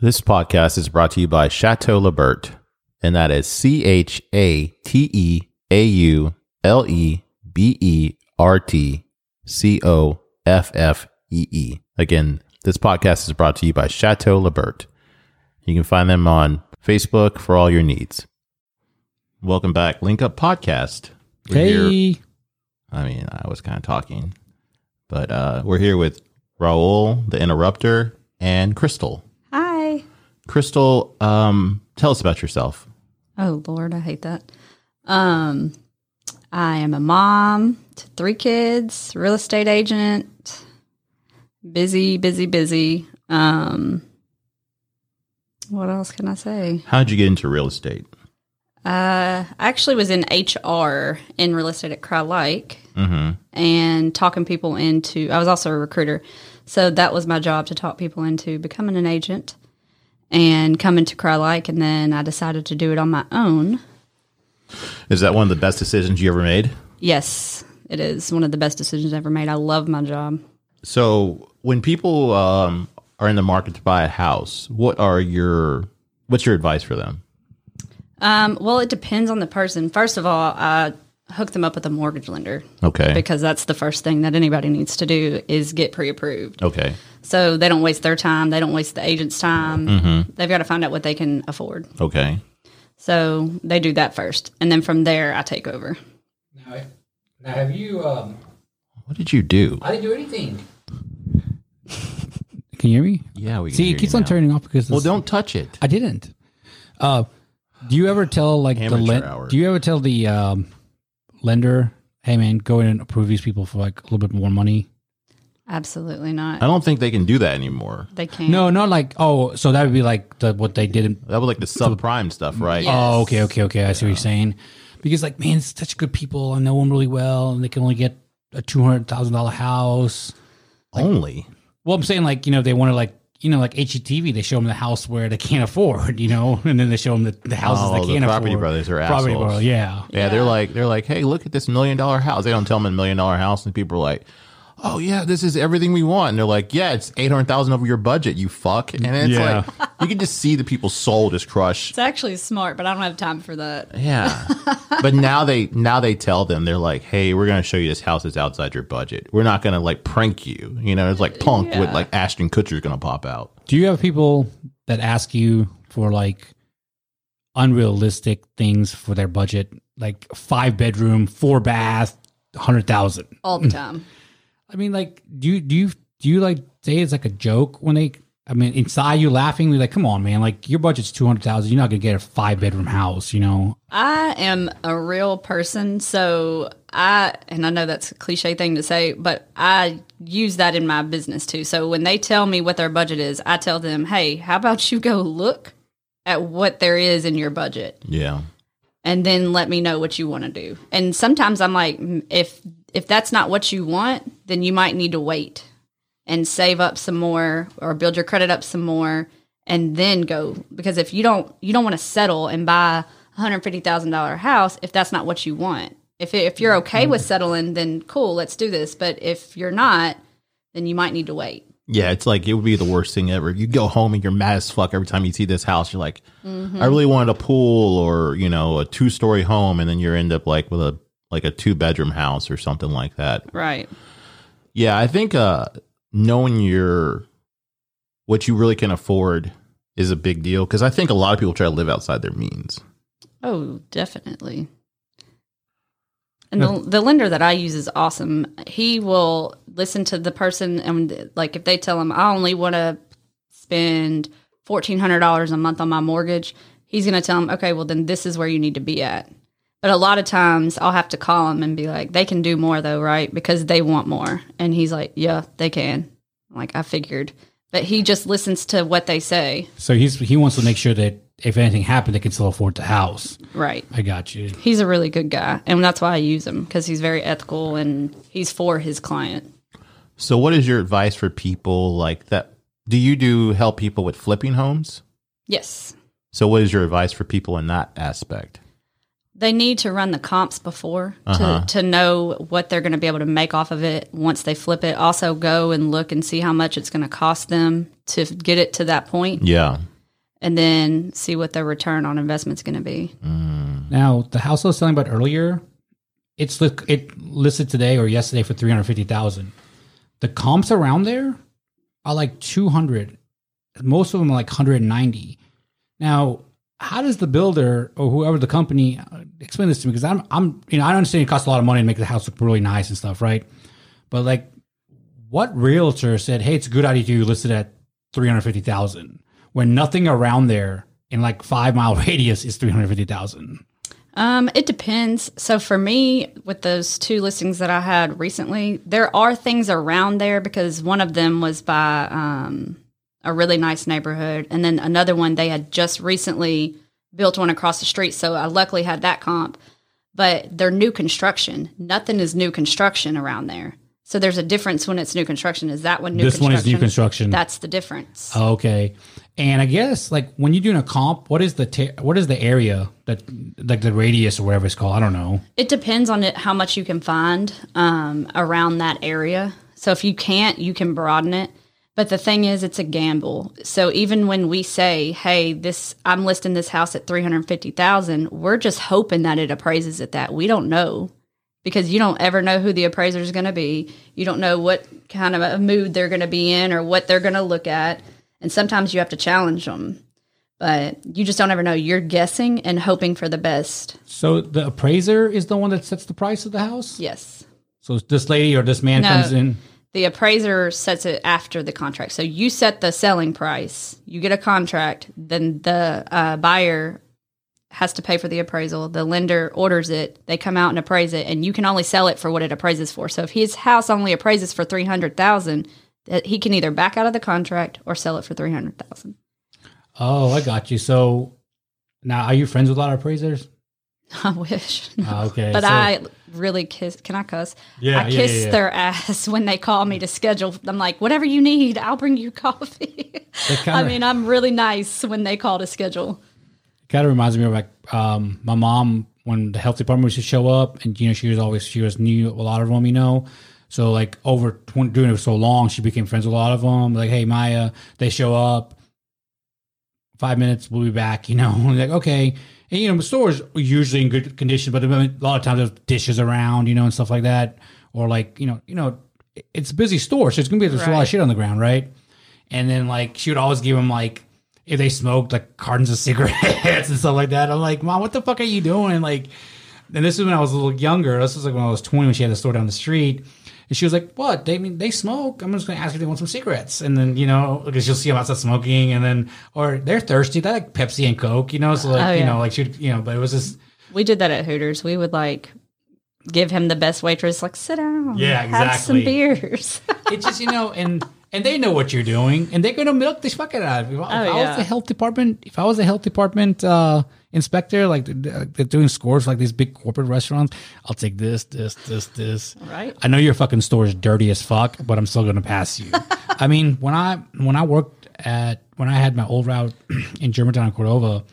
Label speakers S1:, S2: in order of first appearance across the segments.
S1: This podcast is brought to you by Chateau Labert, and that is C H A T E A U L E B E R T C O F F E E. Again, this podcast is brought to you by Chateau Labert. You can find them on Facebook for all your needs. Welcome back, Link Up Podcast. We're here-
S2: Hey,
S1: I mean, I was kind of talking, but uh, we're here with Raul, the Interrupter, and Crystal.
S3: Hi.
S1: Crystal, um, tell us about yourself.
S3: Oh Lord, I hate that. Um, I am a mom to three kids, real estate agent, busy, busy, busy. Um, what else can I say?
S1: How did you get into real estate?
S3: Uh, I actually was in HR in real estate at Cry Like
S1: Mm-hmm.
S3: and talking people into. I was also a recruiter, so that was my job to talk people into becoming an agent and coming to Cry Like. And then I decided to do it on my own.
S1: Is that one of the best decisions you ever made?
S3: Yes, it is one of the best decisions ever made. I love my job.
S1: So, when people um, are in the market to buy a house, what are your what's your advice for them?
S3: Um, well, it depends on the person. First of all, I hook them up with a mortgage lender
S1: Okay.
S3: because that's the first thing that anybody needs to do is get pre-approved.
S1: okay.
S3: So they don't waste their time, they don't waste the agent's time. They've got to find out what they can afford.
S1: Okay.
S3: So they do that first, and then from there I take over.
S4: Now, now have you? Um,
S1: What did you do?
S4: I didn't do anything.
S2: can you hear me?
S1: Yeah, we can
S2: See,
S1: hear
S2: it keeps
S1: you
S2: on
S1: now.
S2: turning off because
S1: Well,
S2: it's-
S1: don't touch it.
S2: I didn't. Uh, do you ever tell like the
S1: Amateur
S2: len-
S1: hour.
S2: do you ever tell the um, lender, hey man, go in and approve these people for like a little bit more money?
S3: Absolutely
S1: I
S3: not.
S1: don't think they can do that anymore.
S3: They can't.
S2: No, not like oh, so that would be like the, what they did. In,
S1: That was like the subprime stuff, right?
S3: Yeah.
S2: Oh, okay, okay, okay. I see what you're saying. Because like man, it's such good people. I know them really well, and they can only get a two hundred thousand dollar house.
S1: Only.
S2: Well, I'm saying like you know they want to like you know like HETV they show them the house where they can't afford you know and then they show them the, the houses
S1: Oh, the
S2: they can't
S1: Property
S2: afford.
S1: Brothers are
S2: property
S1: assholes.
S2: Brothers, yeah.
S1: Yeah, they're like they're like, hey, look at this million dollar house. They don't tell them a million dollar house, and people are like, oh yeah, this is everything we want. And they're like, yeah, it's eight hundred thousand over your budget, you fuck. And it's
S2: Yeah.
S1: like you can just see the people's soul just crush.
S3: It's actually smart, but I don't have time for that.
S1: Yeah, but now they now they tell them they're like, hey, we're gonna show you this house is outside your budget. We're not gonna like prank you. You know, it's like punk with
S3: Yeah.
S1: like Ashton Kutcher's gonna pop out.
S2: Do you have people that ask you for like unrealistic things for their budget, like five bedroom, four bath, hundred thousand?
S3: All the time.
S2: I mean, like, do you do you do you like say it's like a joke when they? I mean, inside you laughing, you're like, come on, man, like your budget's two hundred thousand. You're not gonna get a five bedroom house, you know?
S3: I am a real person, so I and I know that's a cliche thing to say, but I use that in my business too. So when they tell me what their budget is, I tell them, "Hey, how about you go look at what there is in your budget
S1: Yeah,
S3: and then let me know what you want to do." And sometimes I'm like, "Mm, "If if that's not what you want, then you might need to wait and save up some more or build your credit up some more and then go because if you don't you don't want to settle and buy a $150,000 house if that's not what you want. If it, if you're okay with settling then cool, let's do this, but if you're not then you might need to wait.
S1: Yeah, it's like it would be the worst thing ever. You go home and you're mad as fuck every time you see this house. You're like, I really wanted a pool or you know a two story home, and then you end up like with a like a two bedroom house or something like that.
S3: Right.
S1: Yeah, I think uh, knowing your what you really can afford is a big deal because I think a lot of people try to live outside their means.
S3: Oh, definitely. And the, the lender that I use is awesome. He will listen to the person, and like if they tell him, I only want to spend $1,400 a month on my mortgage, he's going to tell him, okay, well, then this is where you need to be at. But a lot of times I'll have to call him and be like, they can do more though, right? Because they want more. And he's like, yeah, they can. I'm like, I figured. But he just listens to what they say.
S2: So he's he wants to make sure that if anything happened, they can still afford the house.
S3: Right.
S2: I got you.
S3: he's a really good guy and that's why i use him because he's very ethical and he's for his client
S1: So, what is your advice for people like that? Do you do help people with flipping homes?
S3: yes
S1: So, what is your advice for people in that aspect?
S3: they need to run the comps before to, to know what they're going to be able to make off of it once they flip it. Also, go and look and see how much it's going to cost them to get it to that point,
S1: Yeah.
S3: and then see what their return on investment's going to be.
S2: Now, the house I was telling about earlier, it's li- it listed today or yesterday for three hundred fifty thousand. The comps around there are like two hundred. Most of them are like hundred and ninety. Now, how does the builder or whoever the company uh, explain this to me? Because I'm I'm you know I understand it costs a lot of money to make the house look really nice and stuff, right? But like, what realtor said, "Hey, it's a good idea to list it at three hundred fifty thousand when nothing around there in like five mile radius is three hundred fifty thousand?
S3: Um, it depends. So for me, with those two listings that I had recently, there are things around there because one of them was by um, a really nice neighborhood, and then another one they had just recently built one across the street. So I luckily had that comp, but they're new construction. Nothing is new construction around there. So there's a difference when it's new construction. Is that one new?
S2: this one is new construction.
S3: That's the difference.
S2: okay. And I guess like when you're doing a comp, what is the ta- what is the area that like the radius or whatever it's called? I don't know.
S3: It depends on it, how much you can find um, around that area. So if you can't, you can broaden it. But the thing is, it's a gamble. So even when we say, "Hey, this I'm listing this house at three hundred fifty thousand, we're just hoping that it appraises at that. We don't know because you don't ever know who the appraiser is going to be. You don't know what kind of a mood they're going to be in or what they're going to look at. And sometimes you have to challenge them, but you just don't ever know. You're guessing and hoping for the best.
S2: So the appraiser is the one that sets the price of the house.
S3: Yes.
S2: So this lady or this man
S3: No.
S2: comes in.
S3: the appraiser sets it after the contract. So you set the selling price, you get a contract, then the uh, buyer has to pay for the appraisal. The lender orders it, they come out and appraise it, and you can only sell it for what it appraises for. So if his house only appraises for three hundred thousand, that he can either back out of the contract or sell it for three hundred thousand.
S2: Oh, I got you. So now, are you friends with a lot of appraisers?
S3: I wish.
S2: Ah, okay,
S3: But
S2: so-
S3: I really kiss. Can I cuss?
S2: Yeah,
S3: I
S2: yeah, yeah,
S3: kiss
S2: yeah.
S3: their ass when they call me to schedule. I'm like, whatever you need, I'll bring you coffee.
S2: That
S3: I
S2: kinda-
S3: mean, I'm really nice when they call to schedule.
S2: kind of reminds me of like um, my mom when the health department used to show up, and you know she was always she was new a lot of them, you know. So like over 20, doing it for so long, she became friends with a lot of them. Like, hey Maya, they show up. Five minutes, we'll be back. You know, And like okay, and you know the stores were usually in good condition, but I mean, a lot of times there's dishes around, you know, and stuff like that, or like you know, you know, it's a busy store, so it's gonna be there's a lot
S3: Right.
S2: of shit on the ground, right? And then like she would always give him like if they smoked like cartons of cigarettes and stuff like that. I'm like, mom, what the fuck are you doing? Like, and this is when I was a little younger. This was like when I was 20 when she had a store down the street. And she was like, "What? They mean they smoke? I'm just gonna ask if they want some cigarettes." And then you know, because you'll see them outside smoking, and then or they're thirsty. They like Pepsi and Coke, you know. So like
S3: Oh,
S2: you
S3: yeah.
S2: know, like she, would you know, but it was just
S3: We did that at Hooters. We would like give him the best waitress, like sit down,
S2: Yeah,
S3: have some
S2: exactly.
S3: beers.
S2: it's just you know, and and they know what you're doing, and they're gonna milk this fucking out of you. If I
S3: Oh, yeah.
S2: was the health department, if I was the health department uh, inspector, like they're they're doing scores for, like these big corporate restaurants, I'll take this, this, this, this.
S3: Right.
S2: I know your fucking store is dirty as fuck, but I'm still gonna pass you. I mean, when I when I worked at when I had my old route in Germantown, Cordova.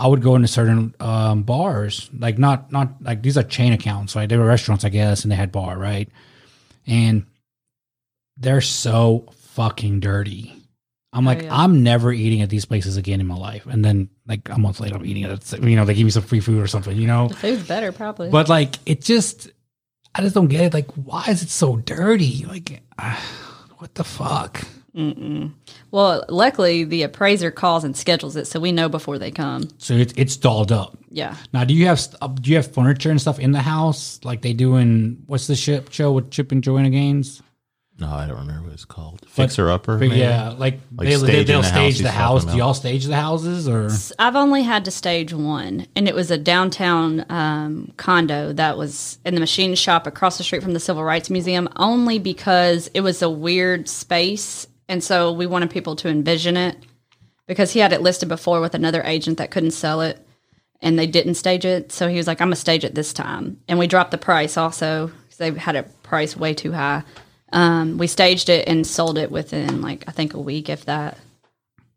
S2: I would go into certain um, bars, like not not like these are chain accounts, right? They were restaurants, I guess, and they had bar, right? And they're so fucking dirty. I'm like,
S3: yeah.
S2: I'm never eating at these places again in my life. And then like a month later, I'm eating it. It's, you know, they give me some free food or something, you know.
S3: Food's better, probably.
S2: But like, it just, I just don't get it. Like, why is it so dirty? Like, ah, what the fuck?
S3: Mm-mm. Well, luckily the appraiser calls and schedules it, so we know before they come.
S2: So it's it's dolled up.
S3: Yeah.
S2: Now, do you have st- uh, do you have furniture and stuff in the house like they do in what's the ship show with Chip and Joanna Gaines?
S1: No, I don't remember what it's called. Fixer upper.
S2: But
S1: maybe?
S2: yeah, like,
S1: Like
S2: they, they,
S1: staging
S2: they'll
S1: the house
S2: stage
S1: he's
S2: the
S1: talking
S2: house. Do
S1: about.
S2: y'all stage the houses or?
S3: I've only had to stage one, and it was a downtown um, condo that was in the machine shop across the street from the Civil Rights Museum, only because it was a weird space, and so we wanted people to envision it because he had it listed before with another agent that couldn't sell it, and they didn't stage it. So he was like, "I'm gonna stage it this time," and we dropped the price also 'cause they had it priced way too high. Um, we staged it and sold it within like I think a week, if that.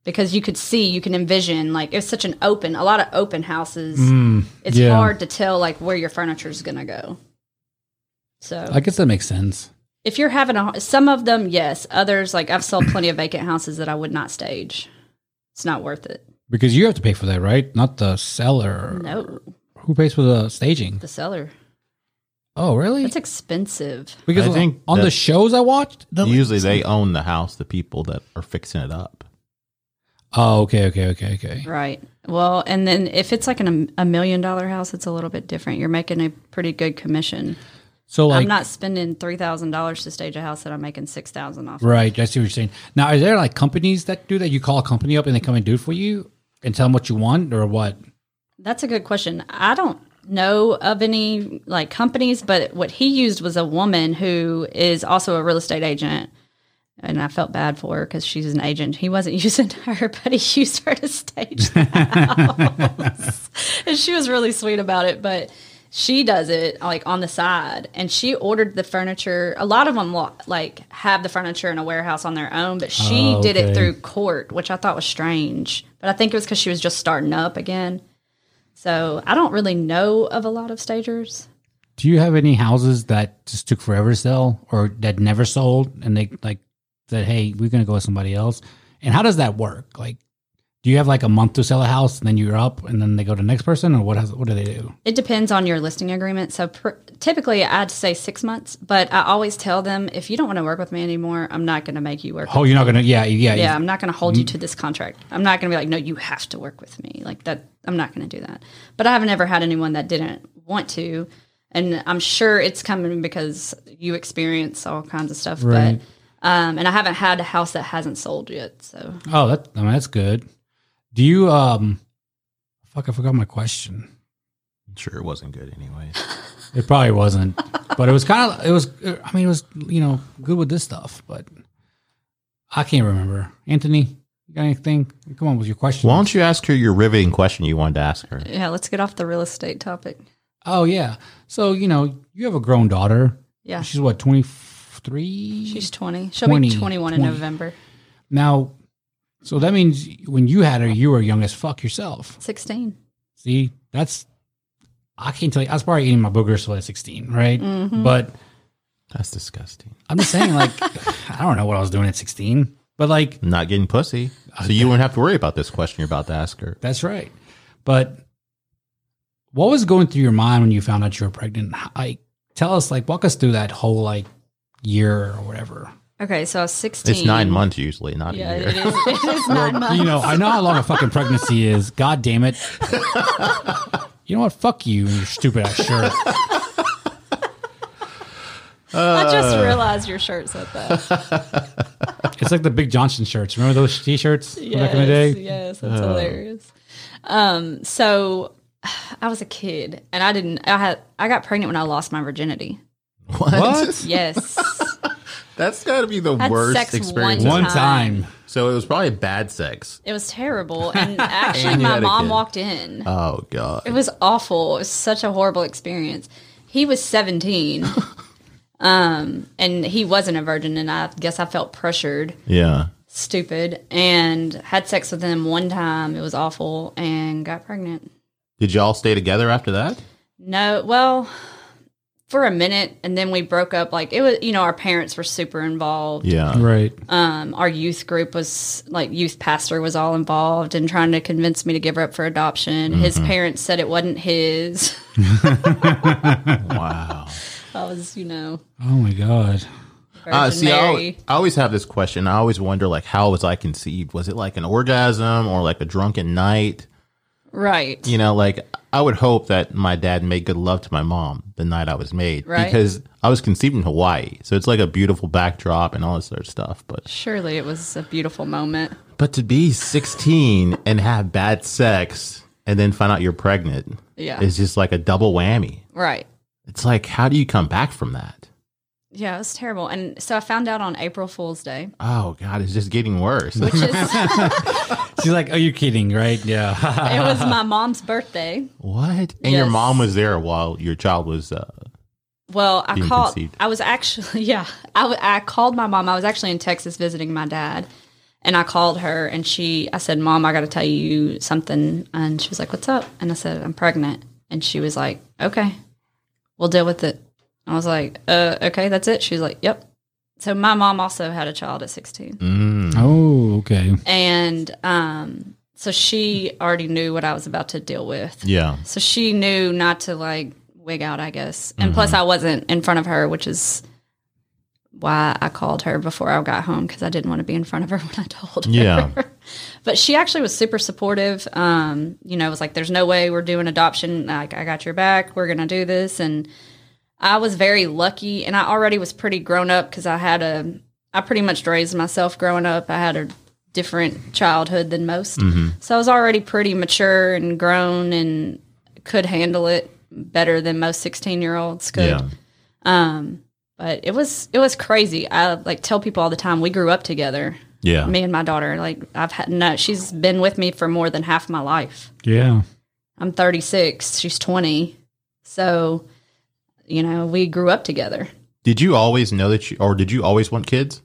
S3: because you could see, you can envision. Like it's such an open, a lot of open houses. it's
S2: Mm, yeah.
S3: hard to tell like where your furniture is going to go. So
S2: I guess that makes sense.
S3: if you're having a some of them, yes. Others like I've sold plenty of vacant houses that I would not stage. It's not worth it.
S2: Because you have to pay for that, right? Not the seller.
S3: No,
S2: Who pays for the staging?
S3: the seller.
S2: Oh, really?
S3: It's expensive.
S2: because
S1: I think
S2: on
S1: that-
S2: the shows I watched, the,
S1: Usually they own the house, the people that are fixing it up.
S2: Oh, okay, okay, okay, okay.
S3: Right. Well, and then if it's like an, a million dollar house, it's a little bit different. You're making a pretty good commission.
S2: So like,
S3: I'm not spending three thousand dollars to stage a house that I'm making six thousand off.
S2: right? I see what you're saying. Now, are there like companies that do that? You call a company up and they come and do it for you and tell them what you want or what?
S3: That's a good question. I don't know of any like companies, but what he used was a woman who is also a real estate agent. And I felt bad for her because she's an agent. He wasn't using her, but he used her to stage the house. and she was really sweet about it. But she does it like on the side, and she ordered the furniture. A lot of them lo- like have the furniture in a warehouse on their own, but she
S2: Oh,
S3: did
S2: okay.
S3: it through court, which I thought was strange. But I think it was because she was just starting up again. So I don't really know of a lot of stagers.
S2: Do you have any houses that just took forever to sell or that never sold and they like said, hey, we're going to go with somebody else? And how does that work? Like, do you have like a month to sell a house and then you're up and then they go to the next person or what, has, what do they do?
S3: It depends on your listing agreement. So pr- typically, I'd say six months, but I always tell them if you don't want to work with me anymore, I'm not going to make you work.
S2: Oh, you're not going to, yeah, yeah,
S3: yeah, I'm not going to hold you to this contract. I'm not going to be like, no, you have to work with me. Like that, I'm not going to do that. But I have never had anyone that didn't want to. And I'm sure it's coming because you experience all kinds of stuff.
S2: Right.
S3: But, um, and I haven't had a house that hasn't sold yet. So
S2: Oh, that I mean, that's good. Do you um fuck I forgot my question.
S1: I'm sure it wasn't good anyways.
S2: It probably wasn't. but it was kind of it was I mean it was you know good with this stuff, but I can't remember. Anthony, you got anything? Come on with your question.
S1: Why don't you ask her your riveting question you wanted to ask her?
S3: yeah, let's get off the real estate topic.
S2: Oh yeah. So, you know, you have a grown daughter.
S3: Yeah.
S2: She's what, 23?
S3: She's 20. She'll
S2: 20,
S3: be 21 in
S2: 20.
S3: November.
S2: Now, so that means when you had her, you were young as fuck yourself.
S3: 16.
S2: See, that's I can't tell you. I was probably eating my boogers till I was 16, right?
S3: Mm-hmm.
S2: But
S1: That's disgusting.
S2: I'm just saying, like, I don't know what I was doing at 16, but like,
S1: Not getting pussy. So you wouldn't have to worry about this question you're about to ask her.
S2: that's right. But what was going through your mind when you found out you were pregnant? Like, tell us, like, walk us through that whole like year or whatever.
S3: Okay, so I was 16.
S1: It's nine months usually, not
S3: Yeah,
S1: a
S3: it
S1: year.
S3: is, it is nine months.
S2: You know, I know how long a fucking pregnancy is. God damn it. You know what? Fuck you and your stupid ass shirt.
S3: I just realized your shirt said that.
S2: It's like the Big Johnson shirts. Remember those t-shirts from back in the day?
S3: yes, that's
S1: Oh.
S3: hilarious. Um, so I was a kid, and I didn't. I had. I got pregnant when I lost my virginity.
S1: What?
S2: What?
S3: Yes,
S1: That's got to be the
S3: Had
S1: worst
S3: sex
S1: experience.
S2: One
S3: Time.
S2: time.
S1: So it was probably bad sex.
S3: it was terrible. And actually,
S1: And you
S3: my
S1: had a
S3: mom
S1: kid.
S3: walked in.
S1: Oh god.
S3: It was awful. It was such a horrible experience. He was 17. Um, and he wasn't a virgin, and I guess I felt pressured.
S1: Yeah.
S3: stupid and had sex with him one time. It was awful and got pregnant.
S1: Did y'all stay together after that?
S3: No, well, for a minute and then we broke up. Like it was, you know, our parents were super involved.
S1: Yeah.
S2: Right.
S3: Um, our youth group was like youth pastor was all involved and trying to convince me to give her up for adoption. His
S1: Mm-hmm.
S3: parents said it wasn't his.
S1: Wow.
S3: I was, you know,
S2: Oh my God.
S3: Virgin
S1: Uh, see, I, al-
S3: Mary.
S1: I always have this question. I always wonder, like, how was I conceived? Was it like an orgasm or like a drunken night?
S3: Right.
S1: You know, like I would hope that my dad made good love to my mom the night I was made,
S3: Right.
S1: because I was conceived in Hawaii, so it's like a beautiful backdrop and all this other stuff. But
S3: Surely it was a beautiful moment.
S1: but to be 16 and have bad sex and then find out you're pregnant
S3: Yeah.
S1: is just like a double whammy.
S3: Right.
S1: It's like, how do you come back from that?
S3: Yeah, it was terrible. And so I found out on April Fool's Day.
S1: Oh God, it's just getting worse.
S3: which is it
S2: She's like, "Are you kidding?" Right? Yeah.
S3: was my mom's birthday.
S1: what? And your
S3: Yes.
S1: mom was there while your child was. Uh,
S3: Well, I
S1: Being
S3: called.
S1: conceived.
S3: I was actually yeah. I, w- I called my mom. I was actually in Texas visiting my dad, And I called her and she, I said, Mom, I got to tell you something. And she was like, What's up? And I said, I'm pregnant. And she was like, Okay, we'll deal with it. I was like, uh, Okay, that's it. She was like, Yep. So my mom also had a child at 16
S1: Mm.
S2: Oh, okay.
S3: and um, so she already knew what I was about to deal with.
S1: Yeah.
S3: So she knew not to like wig out, I guess. And plus, I wasn't in front of her, which is why I called her before I got home because I didn't want to be in front of her when I told her.
S1: Yeah.
S3: But she actually was super supportive. Um, you know, was like, "There's no way we're doing adoption. Like, I got your back. We're gonna do this." And I was very lucky, and I already was pretty grown up because I had a, I pretty much raised myself growing up. I had a different childhood than most, so I was already pretty mature and grown and could handle it better than most sixteen year olds could Um,
S1: Yeah.
S3: but it was it was crazy. I like tell people all the time we grew up together.
S1: Yeah.
S3: Me and my daughter, like I've had no, she's been with me for more than half my life.
S2: Yeah.
S3: I'm 36, she's 20, so you know we grew up together.
S1: Did you always know that you, or did you always want kids?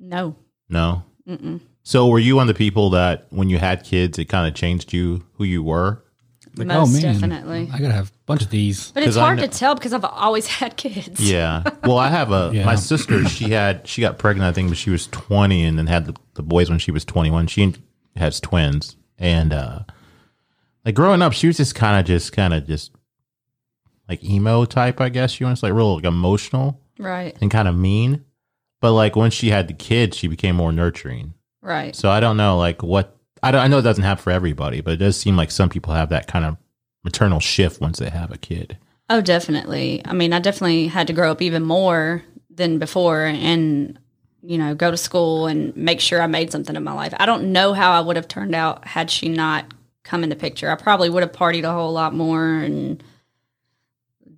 S3: No,
S1: No.
S3: Mm-mm.
S1: So were you one of the people that when you had kids, it kind of changed you who you were?
S2: Like, oh,
S3: most definitely.
S2: I gotta have a bunch of these.
S3: But it's
S1: 'Cause I
S3: hard
S1: kn-
S3: to tell because I've always had kids.
S1: Yeah. Well, I have a
S2: Yeah.
S1: my sister. She had she got pregnant. I think, but she was twenty, and then had the, the boys when she was twenty one. She has twins, and uh like growing up, she was just kind of just kind of just like emo type, I guess. You want to like real like emotional
S3: Right.
S1: and kind of mean, but like once she had the kids, she became more nurturing.
S3: Right.
S1: So I don't know, like what I don't. I know it doesn't happen for everybody, but it does seem like some people have that kind of maternal shift once they have a kid.
S3: Oh, definitely. I mean, I definitely had to grow up even more than before and, you know, go to school and make sure I made something of my life. I don't know how I would have turned out had she not come in the picture. I probably would have partied a whole lot more and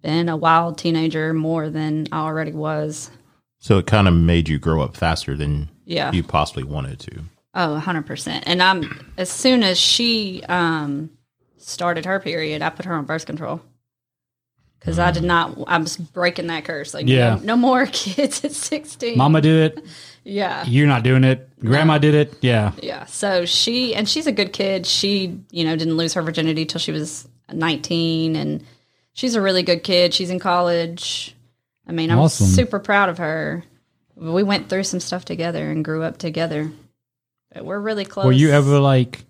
S3: been a wild teenager more than I already was.
S1: So it kind of made you grow up faster than
S3: Yeah.
S1: you possibly wanted to.
S3: Oh, 100%. And I'm, as soon as she um, started her period, I put her on birth control. Because I did not, I was breaking that curse. Like,
S2: Yeah.
S3: no, no more kids at 16.
S2: Mama did it.
S3: Yeah.
S2: You're not doing it. Grandma did it. Yeah.
S3: Yeah. So she, and she's a good kid. She, you know, didn't lose her virginity till she was 19. And she's a really good kid. She's in college. I mean, I'm
S2: Awesome.
S3: super proud of her. We went through some stuff together and grew up together. But we're really close.
S2: Were you ever like,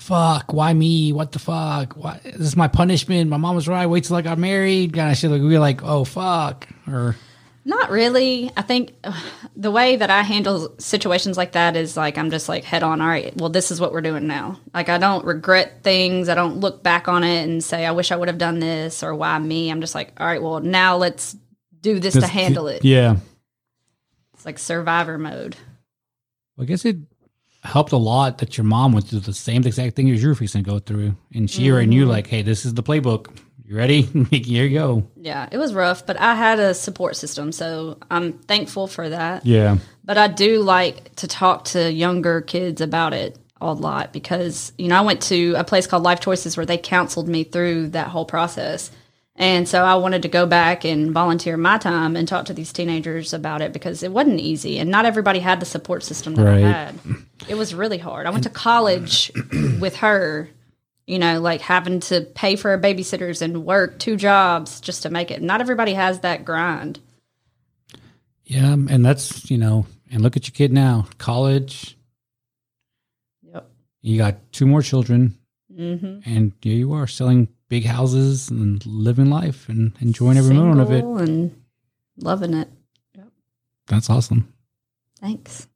S2: fuck, why me? What the fuck? Why, this is my punishment. My mom was right. Wait till I got married. Kind of shit. Like, we were like, oh, fuck. Or,
S3: Not really. I think ugh, the way that I handle situations like that is like I'm just like head on. All right, well, this is what we're doing now. Like I don't regret things. I don't look back on it and say I wish I would have done this or why me. I'm just like, all right, well, now let's do this to
S2: Just-
S3: handle it.
S2: Yeah.
S3: It's like survivor mode.
S2: I guess it helped a lot that your mom went through the same exact thing as you're fixing to go through. And she already knew, like, hey, this is the playbook. You ready? Here you go.
S3: Yeah, it was rough, but I had a support system, so I'm thankful for that.
S2: Yeah.
S3: But I do like to talk to younger kids about it a lot because, you know, I went to a place called Life Choices where they counseled me through that whole process. And so I wanted to go back and volunteer my time and talk to these teenagers about it because it wasn't easy and not everybody had the support system that
S2: Right.
S3: I had. It was really hard. I went to college with her, you know, like having to pay for babysitters and work two jobs just to make it. Not everybody has that grind.
S2: Yeah. And that's, you know, and look at your kid now. College,
S3: Yep.
S2: you got two more children.
S3: Mm-hmm.
S2: And here you are selling big houses and living life and enjoying every moment of it.
S3: Single and loving it.
S2: That's awesome.
S3: Thanks.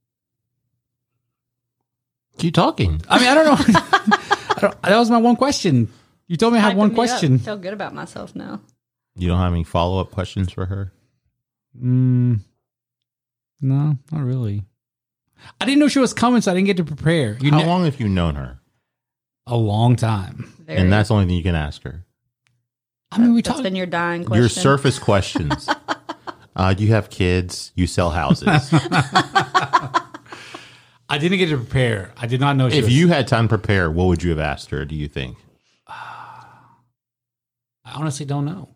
S1: Keep talking.
S2: I mean, I don't know. I don't, that was my one question. You told me I had
S3: Hyping
S2: one
S3: me
S2: question.
S3: Up. Feel good about myself now.
S1: You don't have any follow up questions for her?
S2: Mm, no, not really. I didn't know she was coming, so I didn't get to prepare. You
S1: How
S2: know,
S1: long have you known her?
S2: a long time.
S3: Very,
S1: and that's the only thing you can ask her.
S2: I mean, we
S3: that's
S2: talked.
S3: been your dying question.
S1: Your surface questions. uh, you have kids. You sell houses.
S2: I didn't get to prepare. I did not know she
S1: if
S2: was-
S1: you had time to prepare, what would you have asked her? Do you think
S2: I honestly don't know.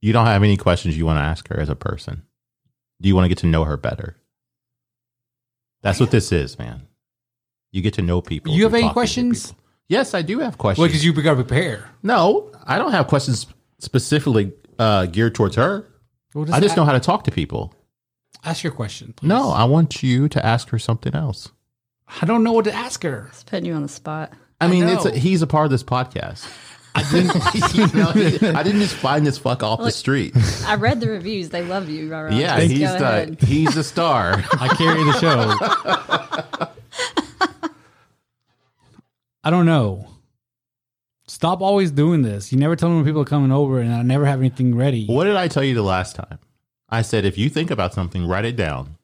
S1: you don't have any questions you want to ask her as a person? Do you want to get to know her better? That's what this is, man. You get to know people.
S2: You have
S1: through
S2: any
S1: talking to
S2: questions?
S1: people. Yes, I do have questions.
S2: Well, because you got to prepare.
S1: no, I don't have questions specifically uh, geared towards her.
S2: Well,
S1: I just
S2: a-
S1: know how to talk to people.
S2: Ask your question. Please.
S1: No, I want you to ask her something else.
S2: I don't know what to ask her.
S3: It's putting you on the spot.
S1: I mean, it's a,
S2: know.
S1: he's a part of this podcast. I didn't, you know, he- I didn't just find this fuck off the street.
S3: I read the reviews. They love you, Rara.
S1: Yeah,
S3: Let's
S1: he's
S3: go
S1: the
S3: ahead.
S1: he's the star.
S2: I carry the show. I don't know. Stop always doing this. You never tell me when people are coming over, and I never have anything ready.
S1: what did I tell you the last time? I said if you think about something, write it down.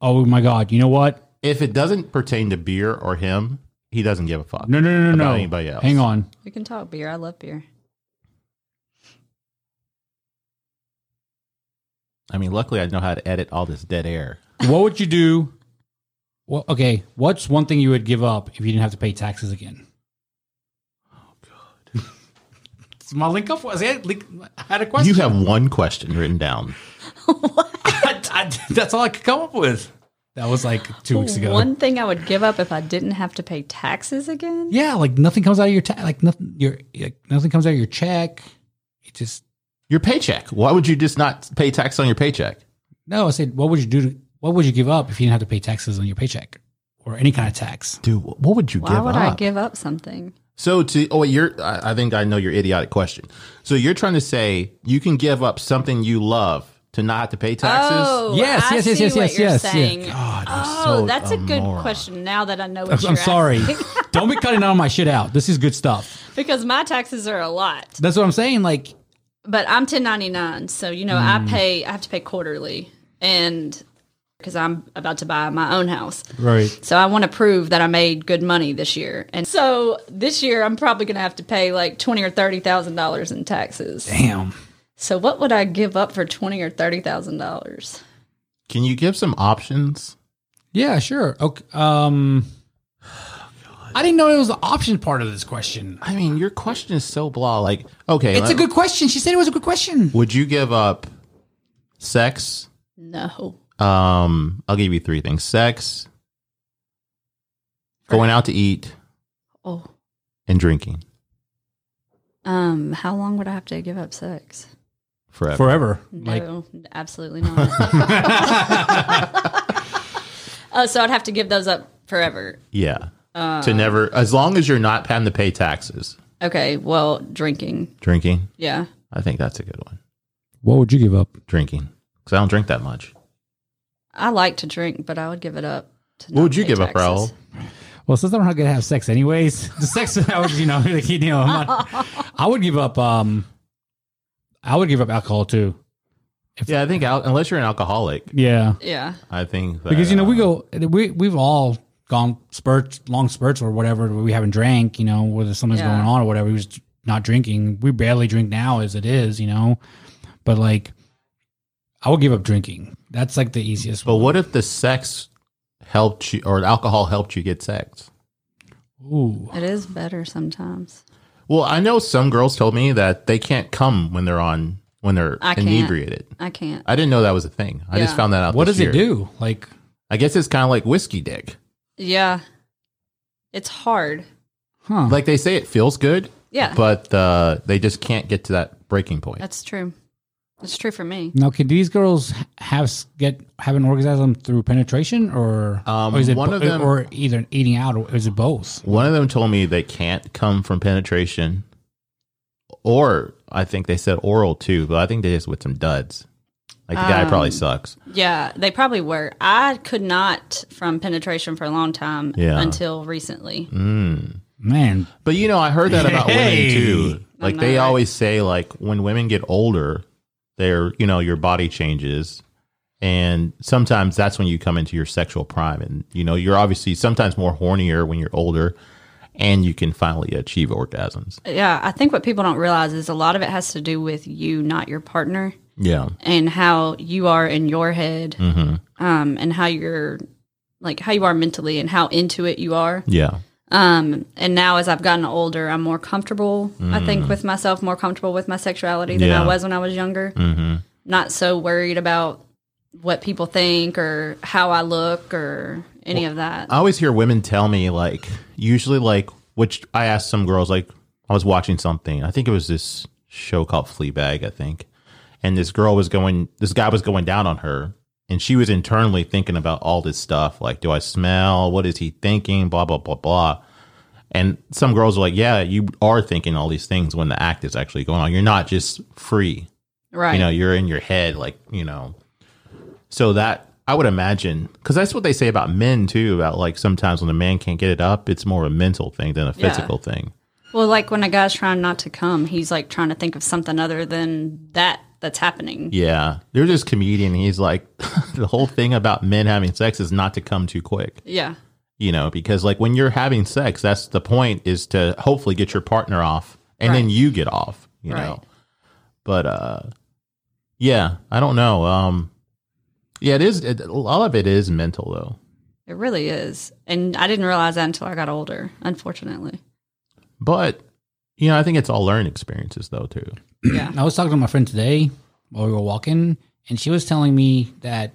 S2: Oh my god! You know what?
S1: If it doesn't pertain to beer or him, he doesn't give a fuck.
S2: No, no, no, no,
S1: About
S2: no.
S1: anybody else.
S2: Hang on.
S3: We can talk beer. I love beer.
S1: I mean, luckily I know how to edit all this dead air.
S2: What would you do? Well, okay. What's one thing you would give up if you didn't have to pay taxes again? Oh god! my link up was it? Link, I had a question.
S1: You have one question written down.
S2: I- I- that's all I could come up with. That was like two weeks ago.
S3: One thing I would give up if I didn't have to pay taxes again.
S2: Yeah, like nothing comes out of your ta- like nothing your like nothing comes out of your check. It just
S1: Your paycheck. Why would you just not pay tax on your paycheck?
S2: no. I said, what would you do? To, what would you give up if you didn't have to pay taxes on your paycheck or any kind of tax?
S1: Dude, what would you
S3: Why
S1: give
S3: would
S1: up?
S3: I give up something?
S1: So to oh wait, you're I I think I know your idiotic question. So you're trying to say you can give up something you love to not have to pay taxes?
S3: Oh,
S2: Yes,
S3: I
S2: yes, yes,
S3: see
S2: yes,
S3: what
S2: yes,
S3: you're
S2: yes, yeah.
S3: saying.
S1: God, you're
S3: Oh,
S1: so
S3: that's a, good
S1: moron.
S3: question. Now that I know what
S2: I'm,
S3: you're
S2: I'm sorry.
S3: asking.
S2: Don't be cutting out my shit out. This is good stuff.
S3: because my taxes are a lot.
S2: That's what I'm saying. Like
S3: But I'm 1099, so you know I pay. I have to pay quarterly, and because I'm about to buy my own house,
S2: right.
S3: so I want to prove that I made good money this year. And so this year I'm probably going to have to pay like twenty or thirty thousand dollars in taxes.
S2: Damn.
S3: So what would I give up for twenty or thirty thousand dollars?
S1: Can you give some options?
S2: Yeah. Sure. Okay. Um. I didn't know it was the option part of this question.
S1: I mean, your question is so blah. Like, okay,
S2: It's a
S1: let-
S2: good question. She said it was a good question.
S1: Would you give up sex?
S3: No,
S1: Um, I'll give you three things: sex, going out to eat,
S3: oh.
S1: and drinking
S3: Um, how long would I have to give up sex?
S1: forever.
S2: Forever.
S3: No, absolutely not. oh, so I'd have to give those up forever. Um,
S1: Yeah, to never. As long as you're not having to pay taxes,
S3: Okay, well, drinking.
S1: drinking.
S3: Yeah.
S1: I think that's a good one.
S2: what would you give up?
S1: Drinking, because I don't drink that much.
S3: I like to drink, but I would give it up. To
S1: What
S3: not
S1: would you
S3: pay
S1: give up,
S3: taxes.
S1: Raul?
S2: Well, since I'm not gonna have sex anyways, the sex I would, you know, like, you know, I'm not, I would give up. Um, I would give up alcohol too.
S1: Yeah, I think al- unless you're an alcoholic,
S2: Yeah,
S3: Yeah.
S1: I think that,
S2: because you know we
S1: uh,
S2: go, we we've all gone spurts, long spurts or whatever. Where we haven't drank, you know, whether something's
S3: Yeah.
S2: going on or whatever. We just not drinking. We barely drink now as it is, you know. But like, I would give up drinking. That's like the easiest.
S1: But what if the sex helped you, or alcohol helped you get sex?
S2: Ooh,
S3: It is better sometimes.
S1: Well, I know some girls told me that they can't come when they're on when they're
S3: I can't.
S1: inebriated.
S3: I can't.
S1: I didn't know that was a thing. I just
S3: Yeah.
S1: found that out.
S2: what
S1: this
S2: does it
S1: year.
S2: do? Like,
S1: I guess it's kind of like whiskey dick.
S3: Yeah. It's hard.
S2: huh?
S1: Like they say, it feels good,
S3: Yeah.
S1: but uh, they just can't get to that breaking point.
S3: that's true. That's true for me.
S2: Now, can these girls have s- get have an orgasm through penetration, or,
S1: Um,
S2: or is it
S1: one
S2: bo-
S1: of them-
S2: or either eating out, or is it both?
S1: One of them told me they can't come from penetration, or I think they said oral too, but I think they just with some duds. Like the
S3: Um,
S1: guy probably sucks.
S3: Yeah, they probably were. I could not from penetration for a long time
S1: Yeah.
S3: until recently.
S1: Hmm.
S2: Man,
S1: But you know, I heard that about
S2: Hey.
S1: women too. Like
S3: know,
S1: they
S3: right?
S1: always say, like when women get older, their you know your body changes, and sometimes that's when you come into your sexual prime, and you know you're obviously sometimes more hornier when you're older, and you can finally achieve orgasms.
S3: Yeah, I think what people don't realize is a lot of it has to do with you, not your partner,
S1: Yeah,
S3: and how you are in your head,
S1: Mm-hmm.
S3: um, and how you're like how you are mentally and how into it you are.
S1: yeah.
S3: Um, and now as I've gotten older, I'm more comfortable. I think with myself, more comfortable with my sexuality than
S1: Mm. Yeah.
S3: I was when I was younger. Not so worried about what people think or how I look or any of that.
S1: I always hear women tell me like usually like which I asked some girls like I was watching something. I think it was this show called Fleabag, I think. And this girl was going this guy was going down on her and she was internally thinking about all this stuff like do I smell? What is he thinking? blah blah blah blah. And some girls are like, "Yeah, you are thinking all these things when the act is actually going on. You're not just free."
S3: right.
S1: you know you're in your head like you know so that i would imagine because that's what they say about men too about like sometimes when a man can't get it up it's more of a mental thing than a
S3: Yeah.
S1: physical thing
S3: well, like when a guy's trying not to come, he's like trying to think of something other than that that's happening.
S1: yeah there's this comedian he's like the whole thing about men having sex is not to come too quick
S3: Yeah.
S1: you know because like when you're having sex that's the point is to hopefully get your partner off and then
S3: Right.
S1: you get off you
S3: Right.
S1: know but uh yeah i don't know um yeah it is it, a lot of it is mental though
S3: It really is. And I didn't realize that until I got older, unfortunately.
S1: But you know, I think it's all learned experiences though too.
S3: yeah.
S2: I was talking to my friend today while we were walking, and she was telling me that,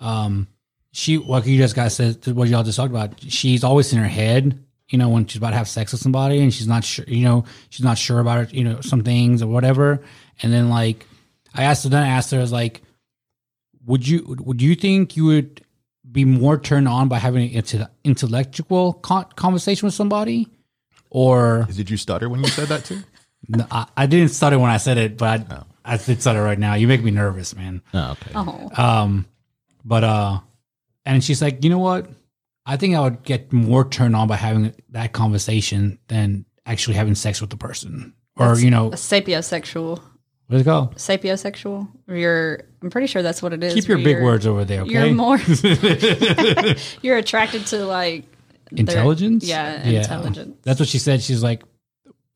S2: um, she like you just guys said what y'all just talked about. She's always in her head, you know, when she's about to have sex with somebody, and she's not sure, you know, she's not sure about it, you know, some things or whatever. And then like, I asked her, then I asked her, I was like, would you would you think you would be more turned on by having an inte- intellectual con- conversation with somebody, or
S1: Did you stutter when you said that too?
S2: no, I, I didn't stutter when I said it, but I, I did stutter right now. You make me nervous, man.
S1: oh, okay.
S3: Oh,
S2: Um, but uh, and she's like, you know what? I think I would get more turned on by having that conversation than actually having sex with the person, or you know,
S3: a sapiosexual.
S2: let's go.
S3: Sapiosexual? You're, I'm pretty sure that's what it is.
S2: Keep your
S3: where
S2: big
S3: you're-
S2: words over there, okay?
S3: You're more, you're attracted to like their-
S2: intelligence.
S3: Yeah, intelligence.
S2: That's what she said. She's like,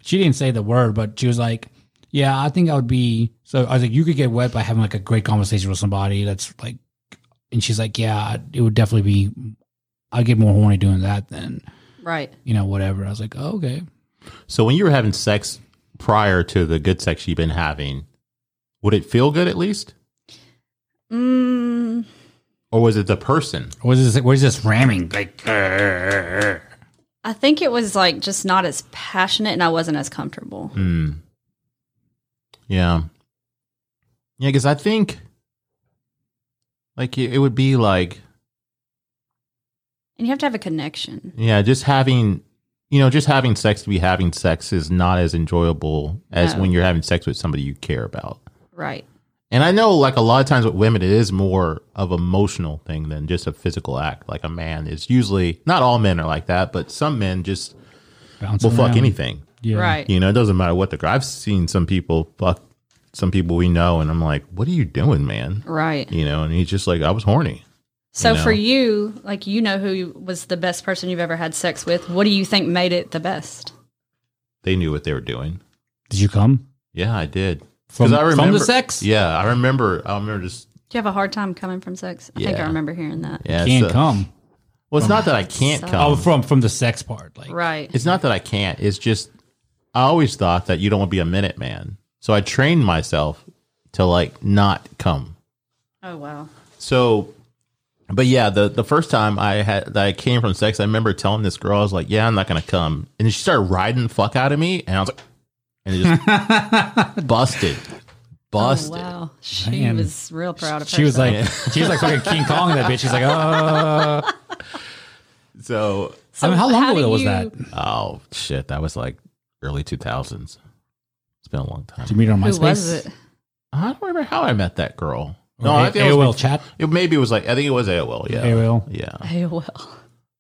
S2: she didn't say the word, but she was like, yeah, I think I would be. So I was like, you could get wet by having like a great conversation with somebody that's like, and she's like, yeah, it would definitely be. I get more horny doing that than
S3: Right.
S2: you know whatever. I was like, oh, okay,
S1: So when you were having sex prior to the good sex you've been having, would it feel good at least?
S3: Mm,
S1: Or was it the person?
S2: what is this? What is this ramming? Like, uh,
S3: I think it was like just not as passionate and I wasn't as comfortable.
S1: Hmm. Yeah. Yeah, because I think like it it would be like
S3: And you have to have a connection.
S1: Yeah, just having you know, just having sex to be having sex is not as enjoyable as
S3: No.
S1: when you're having sex with somebody you care about.
S3: Right.
S1: And I know, like a lot of times with women, it is more of emotional thing than just a physical act. Like a man is usually not all men are like that, but some men just will fuck anything.
S2: Yeah.
S3: Right.
S1: You know, it doesn't matter what the. gr- I've seen some people fuck some people we know, and I'm like, "What are you doing, man?"
S3: Right.
S1: You know, and he's just like, "I was horny."
S3: So
S1: you know?
S3: for you, like you know who you- was the best person you've ever had sex with. What do you think made it the best?
S1: They knew what they were doing.
S2: Did you come?
S1: Yeah, I did.
S2: From-
S1: Because I
S2: from the
S1: remember
S2: sex?
S1: Yeah, I remember. I remember just
S3: Do you have a hard time coming from sex? I think I
S1: Yeah.
S3: remember hearing that.
S1: yeah. it's
S2: Can't
S1: the-
S2: come.
S1: Well, it's not that I can't
S3: Sucks.
S1: come.
S2: Oh, from from the sex part, like
S3: Right.
S1: It's not that I can't. It's just I always thought that you don't want to be a minute man. So I trained myself to like not come.
S3: Oh wow.
S1: So but yeah, the the first time I had that I came from sex, I remember telling this girl, I was like, Yeah, I'm not gonna come. And then she started riding the fuck out of me and I was like and it just busted.
S3: Oh
S1: Busted.
S3: wow. She
S2: Man.
S3: was real proud of
S2: she was
S3: herself.
S2: like, she was like fucking King Kong that bitch. She's like, oh,
S1: So
S3: So
S2: I mean, how long
S3: do
S2: ago was
S3: you-
S2: that?
S1: oh shit, that was like early two thousands. It's been a long time.
S2: Did you meet her on
S3: Who
S2: MySpace?
S3: was it?
S1: I don't remember how I met that girl.
S2: No,
S1: I think it was
S2: AOL chat.
S1: It maybe it was like I think it was AOL. Yeah,
S2: AOL.
S1: Yeah,
S3: Hey, well.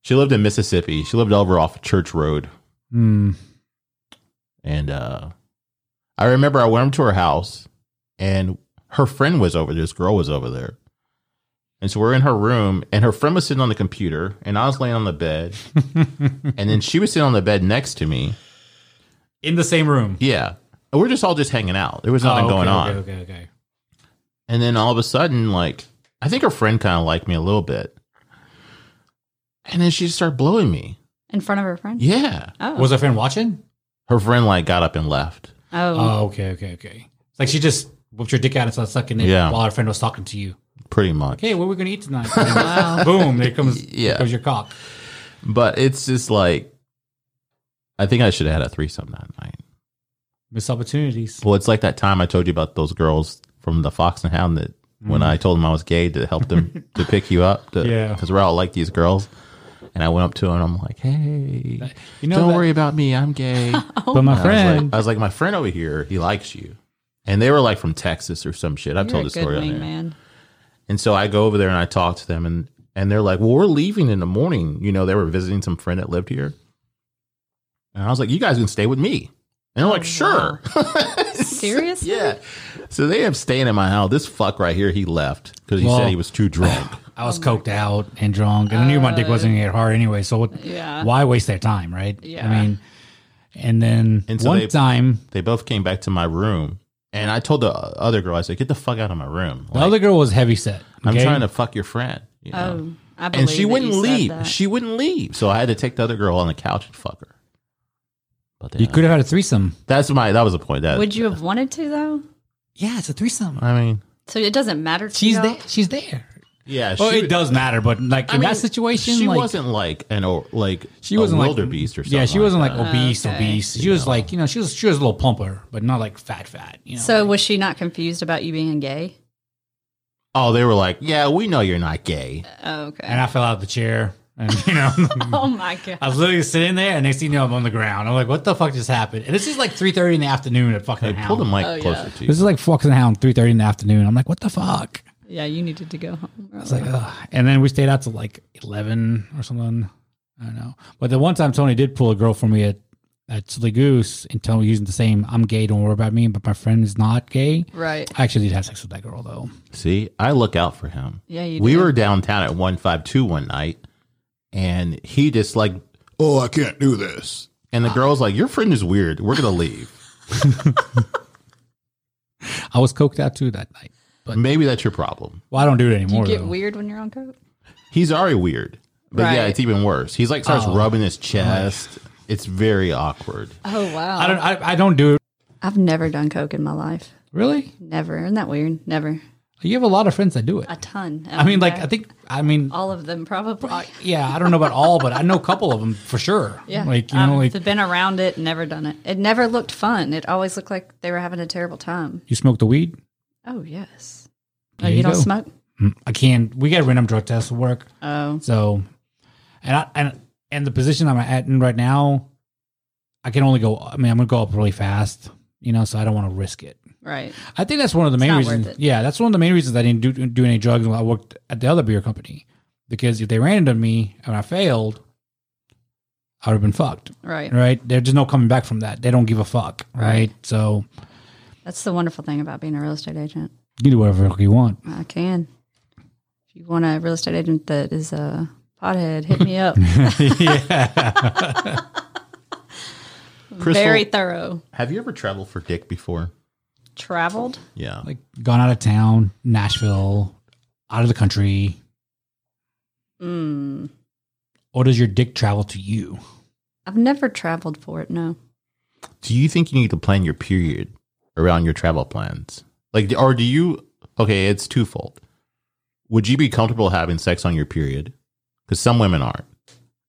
S1: she lived in Mississippi. She lived over off Church Road, Hmm.
S2: Mm.
S1: and uh, I remember I went to her house, and her friend was over. This girl was over there, and so we're in her room, and her friend was sitting on the computer, and I was laying on the bed, and then she was sitting on the bed next to me.
S2: In the same room. Oh,
S1: Yeah, and we're just all just hanging out. There was nothing
S2: okay,
S1: going on.
S2: Okay, okay, okay.
S1: And then all of a sudden, like, I think her friend kind of liked me a little bit. And then she just started blowing me.
S3: In front of her friend?
S1: Yeah.
S3: Oh.
S2: Was her friend watching?
S1: Her friend, like, got up and left.
S3: oh.
S2: Oh, okay, okay, okay. It's like she just whipped your dick out and started sucking it
S1: Yeah.
S2: while her friend was talking to you.
S1: pretty much.
S2: Hey, what are we gonna eat tonight? And Boom! There comes
S1: Yeah.
S2: there goes your cock.
S1: But it's just like, I think I should have had a threesome that night.
S2: Miss opportunities.
S1: Well, it's like that time I told you about those girls from the Fox and Hound that when I told them I was gay to help them to pick you up. To,
S2: Mm. Yeah.
S1: Because we're all like these girls. And I went up to her and I'm like, hey,
S2: You know
S1: don't
S2: that-
S1: worry about me. I'm gay.
S3: Oh
S2: but my
S1: I was,
S2: friend,
S1: like, I was like, my friend over here, he likes you. And they were like from Texas or some shit. I've
S3: You're
S1: told
S3: a
S1: this
S3: good
S1: story on there.
S3: wingman.
S1: And so I go over there and I talk to them and and they're like, "Well, we're leaving in the morning." You know, they were visiting some friend that lived here. And I was like, "You guys can stay with me." And
S2: Oh,
S1: they're like, "Sure."
S3: Seriously?
S1: yeah. So they end up staying at my house. This fuck right here, he left because he
S2: Well-
S1: said he was too drunk.
S2: I was coked out and drunk, and I knew my dick wasn't gonna get hard anyway. So what,
S3: Yeah.
S2: why waste their time, right?
S3: Yeah.
S2: I mean, and then
S1: And so
S2: one
S1: they-
S2: time,
S1: they both came back to my room, and I told the other girl, "I said, get the fuck out of my room.
S2: the
S1: Like,
S2: other girl was heavy set.
S1: I'm trying to fuck your friend." You know?
S3: Oh, I believe
S1: and she
S3: that
S1: wouldn't
S3: you said
S1: leave.
S3: that.
S1: She wouldn't leave. So I had to take the other girl on the couch and fuck her. But
S2: You
S1: yeah.
S2: could have had a threesome.
S1: that's my that was the point. That
S3: Would you have wanted to though?
S2: Yeah, it's a threesome.
S1: I mean,
S3: So it doesn't matter to
S2: She's
S3: y'all?
S2: there. She's there.
S1: yeah,
S2: Oh,
S1: she,
S2: it does matter, but like
S1: I
S2: in
S1: mean,
S2: that situation,
S1: she
S2: like,
S1: wasn't like an or like
S2: She
S1: a
S2: wasn't like
S1: wildebeest or something.
S2: Yeah, she wasn't like,
S1: that.
S2: obese,
S3: Okay.
S2: obese. She was like, you know, she was she was a little plumper, but not like fat, fat. You know,
S3: So was she not confused about you being gay?
S1: oh, they were like, yeah, we know you're not gay.
S3: Oh, okay.
S2: and I fell out of the chair, and you know,
S3: oh my god.
S2: I was literally sitting there, and next thing you know, I'm on the ground. I'm like, what the fuck just happened? And this is like 3:30 in the afternoon at fucking
S1: They
S2: hound.
S1: pulled the mic
S3: Oh, yeah.
S1: closer to you.
S2: This is like fucking hound, 3:30 in the afternoon. I'm like, what the fuck?
S3: Yeah, you needed to go home.
S2: It's like, ugh. and then we stayed out till like 11 or something. I don't know. But the one time Tony did pull a girl for me at at Silly Goose and Tony using the same "I'm gay, don't worry about me," but my friend is not gay.
S3: Right.
S2: I actually did have sex with that girl though.
S1: See, I look out for him.
S3: Yeah, you
S1: we
S3: did.
S1: were downtown at one five two one night, and he just like, oh, I can't do this. And the girl's like, your friend is weird. We're gonna leave.
S2: I was coked out too that night.
S1: Maybe that's your problem.
S2: Well, I don't do it
S3: You
S2: anymore.
S3: get
S2: though.
S3: weird when you're on coke?
S1: He's already weird, but yeah,
S3: Right.
S1: it's even worse. He's like
S2: Oh,
S1: starts rubbing his chest. It's very awkward.
S3: Oh wow.
S2: I don't. I, I don't do it.
S3: I've never done coke in my life.
S2: Really?
S3: Never. Isn't that weird? Never.
S2: You have a lot of friends that do it.
S3: A ton.
S2: I mean, like I think. I mean,
S3: all of them probably.
S2: yeah. I don't know about all, but I know a couple of them for sure.
S3: yeah. Um,
S2: Like you know, like
S3: I've been around it, never done it. It never looked fun. It always looked like they were having a terrible time.
S2: you smoke the weed.
S3: Oh yes.
S2: There
S3: oh, you,
S2: you
S3: don't
S2: go.
S3: smoke?
S2: Mm, I can. We got random drug tests at work.
S3: Oh.
S2: So, and I and and the position I'm at in right now, I can only go. I mean, I'm gonna go up really fast. You know, so I don't want to risk it.
S3: Right.
S2: I think that's one of the main
S3: not
S2: reasons.
S3: worth it.
S2: Yeah, that's one of the main reasons I didn't do, do any drugs when I worked at the other beer company. Because if they ran into me and I failed, I would have been fucked.
S3: Right.
S2: Right? There's just no coming back from that. They don't give a fuck. Right? So
S3: That's the wonderful thing about being a real estate agent.
S2: you can do whatever the fuck you want.
S3: I can. If you want a real estate agent that is a pothead, hit me up.
S1: Crystal,
S3: Very thorough.
S1: have you ever traveled for dick before?
S3: Traveled.
S1: Yeah.
S2: Like gone out of town, Nashville, out of the country.
S3: Mm.
S2: Or does your dick travel to you?
S3: I've never traveled for it. No.
S1: do you think you need to plan your period around your travel plans? Like, or do you? Okay, it's twofold. Would you be comfortable having sex on your period? Because some women aren't.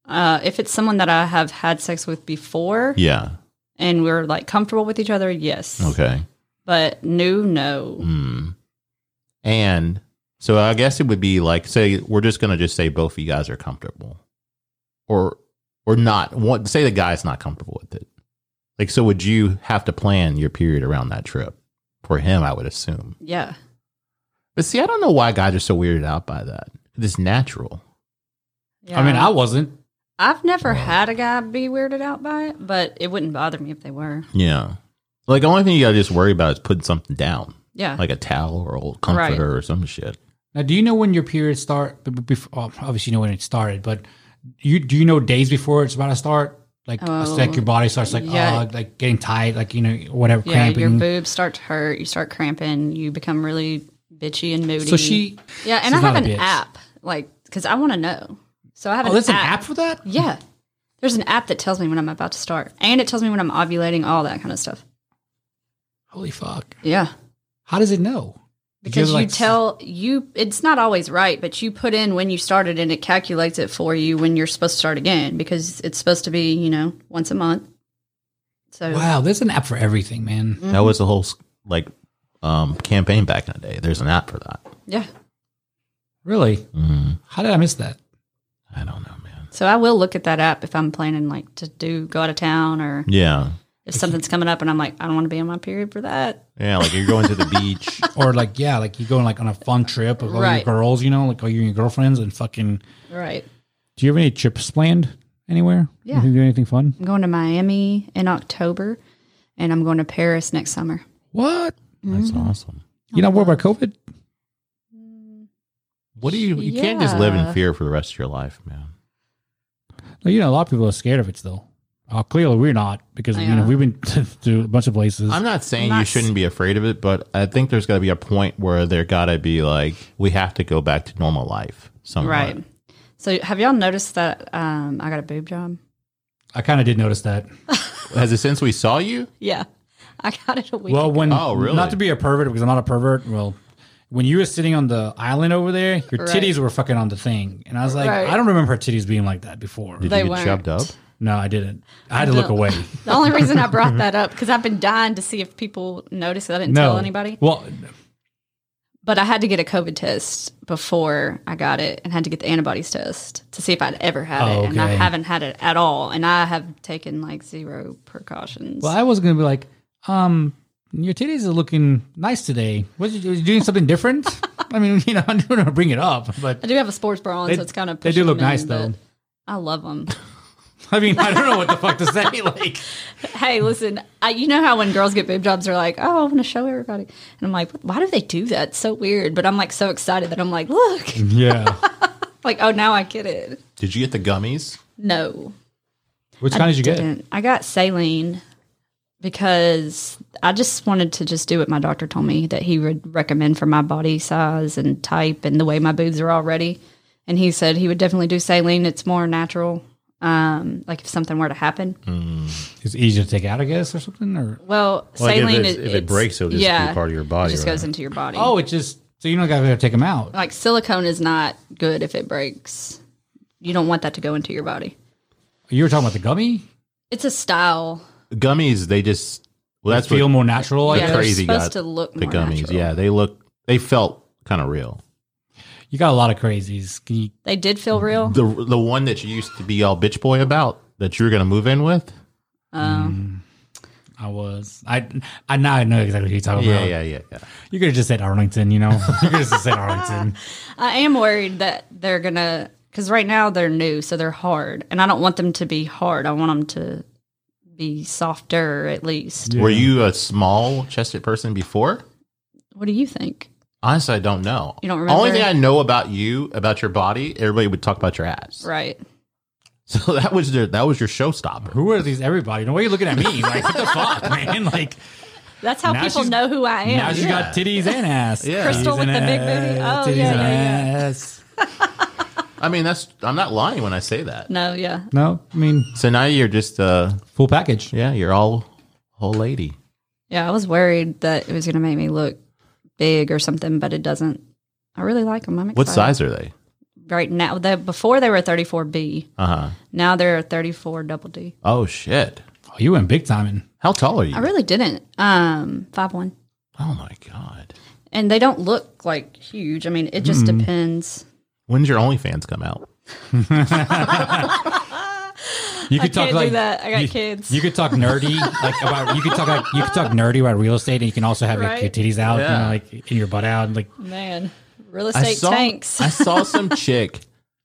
S3: Uh, if it's someone that I have had sex with before
S1: Yeah.
S3: and we're like comfortable with each other, yes.
S1: Okay.
S3: But new, no.
S1: Hmm. And so I guess it would be like, say, we're just gonna just say both of you guys are comfortable, or or not. What say the guy's not comfortable with it? Like, so would you have to plan your period around that trip for him? I would assume.
S3: Yeah.
S1: But see, I don't know why guys are so weirded out by that. It's natural.
S3: yeah.
S2: I mean, I wasn't.
S3: I've never had a guy be weirded out by it, but it wouldn't bother me if they were.
S1: Yeah. Like the only thing you gotta just worry about is putting something down,
S3: Yeah.
S1: like a towel or a comforter
S3: Right.
S1: or some shit.
S2: Now, do you know when your period start? b- b- Before, oh, obviously, you know when it started, but you do you know days before it's about to start? Like, it's like your body starts like,
S3: Oh. yeah.
S2: oh, like getting tight, like you know, whatever,
S3: yeah. Your
S2: cramping.
S3: boobs start to hurt. You start cramping. You become really bitchy and moody.
S2: So she,
S3: Yeah, and
S2: She's
S3: I have
S2: not a
S3: an
S2: bitch.
S3: app, like, because I want to know. So I have
S2: oh,
S3: an,
S2: there's
S3: app.
S2: an app for that.
S3: Yeah, there's an app that tells me when I'm about to start, and it tells me when I'm ovulating, all that kind of stuff.
S2: Holy fuck!
S3: Yeah,
S2: How does it know?
S3: because you,
S2: like,
S3: tell you it's not always right but you put in when you started and it calculates it for you when you're supposed to start again because it's supposed to be you know once a month so
S2: Wow, there's an app for everything, man.
S3: Mm-hmm.
S1: That was the whole like um, campaign back in the day. There's an app for that.
S3: yeah
S2: Really?
S1: Mm,
S2: How did I miss that?
S1: I don't know, man.
S3: so i will look at that app if i'm planning like to do go out of town or
S1: Yeah,
S3: if something's coming up and i'm like i don't want to be on my period for that
S1: yeah. Like you're going to the beach.
S2: Or like, yeah, like you going like on a fun trip with all
S3: Right.
S2: your girls, you know, like all you and your girlfriends and fucking.
S3: right
S2: Do you have any trips planned anywhere?
S3: Yeah.
S2: You do anything fun?
S3: i'm going to miami in october and i'm going to paris next summer
S2: What?
S1: That's
S3: Mm-hmm.
S1: awesome.
S3: Oh
S2: You're not worried about COVID?
S1: What do you? You can't just live in
S3: Yeah.
S1: fear for the rest of your life, man.
S2: Well, you know, a lot of people are scared of it still. Uh, clearly, we're not because you know
S3: Yeah.
S2: we've been to a bunch of places.
S1: I'm not saying you
S3: Nice.
S1: shouldn't be afraid of it, but I think there's got to be a point where there got to be like we have to go back to normal life. Somewhat.
S3: right so have y'all noticed that um, i got a boob job
S2: I kind of did notice that.
S1: Has it since we saw you?
S3: yeah i got it a week
S2: Well, when
S1: Oh, really?
S2: Not to be a pervert because I'm not a pervert. Well, when you were sitting on the island over there, your
S3: Right.
S2: titties were fucking on the thing, and I was like,
S3: Right.
S2: I don't remember her titties being like that before.
S1: Did
S3: They
S1: you get
S3: weren't.
S1: shoved up?
S2: No, I didn't. I had to look
S3: don't-
S2: away.
S3: The only reason I brought that up because I've been dying to see if people notice that I didn't
S2: No,
S3: tell anybody.
S2: Well,
S3: But I had to get a COVID test before I got it, and had to get the antibodies test to see if I'd ever had
S2: Oh,
S3: it, and I
S2: okay.
S3: haven't had it at all. And I have taken like zero precautions.
S2: well, I was gonna be like, um, your titties are looking nice today. Was you, was you doing something different? I mean, you know, I'm going to bring it up, but
S3: I do have a sports bra on, so it's kind of
S2: they do look nice though.
S3: I love them.
S2: I mean, I don't know what the fuck to say. Like,
S3: hey, listen, I, you know how when girls get boob jobs, they're like, "Oh, I want to show everybody," and I'm like, "Why do they do that? It's so weird." But I'm like so excited that I'm like, "Look,
S2: yeah.
S3: like oh, now I get it."
S1: Did you get the gummies?
S3: No,
S2: Which kind did you get?
S3: didn't. I got saline because I just wanted to just do what my doctor told me that he would recommend for my body size and type and the way my boobs are already. And he said he would definitely do saline. It's more natural. Um, like if something were to happen.
S2: It's easier to take out, I guess, or something. Or
S3: Well,
S1: Like, if
S3: saline
S1: it's-
S3: is
S1: if it
S3: it's-
S1: breaks, it'll just be part of your body,
S3: It just
S1: right?
S3: goes into your body.
S2: oh, it just so you don't gotta take them out.
S3: like silicone is not good if it breaks. You don't want that to go into your body.
S2: You were talking about the gummy.
S3: It's a style.
S1: Gummies? They just well, that's
S2: feel
S1: what
S2: more natural. I
S1: the
S3: Yeah,
S2: guess.
S3: they're
S1: crazy got
S3: supposed to look
S1: the
S3: more
S1: gummies.
S3: natural.
S1: Yeah, they look. They felt kind of real.
S2: You got a lot of crazies. Can you,
S3: They did feel real.
S1: The the one that you used to be all bitch boy about that you were gonna move in with.
S3: Um,
S2: I was. I. I now I know exactly who you're talking
S1: Yeah,
S2: about.
S1: yeah, yeah, yeah.
S2: You could have just said Arlington. You know. you could have just said Arlington.
S3: I am worried that they're gonna because right now they're new, so they're hard, and I don't want them to be hard. I want them to be softer at least.
S1: Were you a small chested person before?
S3: What do you think?
S1: Honestly, I don't know.
S3: You don't remember?
S1: Only thing I know about you, about your body, everybody would talk about your ass.
S3: Right?
S1: So that was their that was your showstopper.
S2: Who are these? Everybody. No, why are you looking at me? Like what the fuck, man? Like
S3: That's how
S2: Now
S3: people
S2: she's-
S3: know who I am.
S2: now she's got titties and ass.
S1: Yeah.
S3: Crystal
S2: Titties
S3: with
S2: and
S3: the big
S2: ass,
S3: booty. Oh,
S2: titties
S3: yeah,
S2: and
S3: yeah,
S2: ass.
S1: I mean, that's I'm not lying when I say that.
S3: No, yeah.
S2: No, I mean
S1: So now you're just uh
S2: full package.
S1: yeah, you're all whole lady.
S3: Yeah, I was worried that it was going to make me look big or something, but it doesn't. I really like them. I'm excited.
S1: What size are they?
S3: Right now, the, before they were 34B.
S1: Uh huh.
S3: Now they're 34 double D.
S1: Oh shit.
S2: Oh, you went big time and
S1: How tall are you?
S3: I really didn't. Um, five one,
S1: oh my god.
S3: and they don't look like huge. I mean, it just
S1: Mm-hmm.
S3: depends.
S1: When's your OnlyFans come out?
S2: You could
S3: I can't do that. I got
S2: you-
S3: kids.
S2: You could talk nerdy, like about you could talk like you could talk nerdy about real estate, and you can also have your-
S3: Right.
S2: your, titties out,
S1: Yeah.
S2: you know, like in your butt out, and like
S3: Man, real estate tanks.
S1: I saw some chick.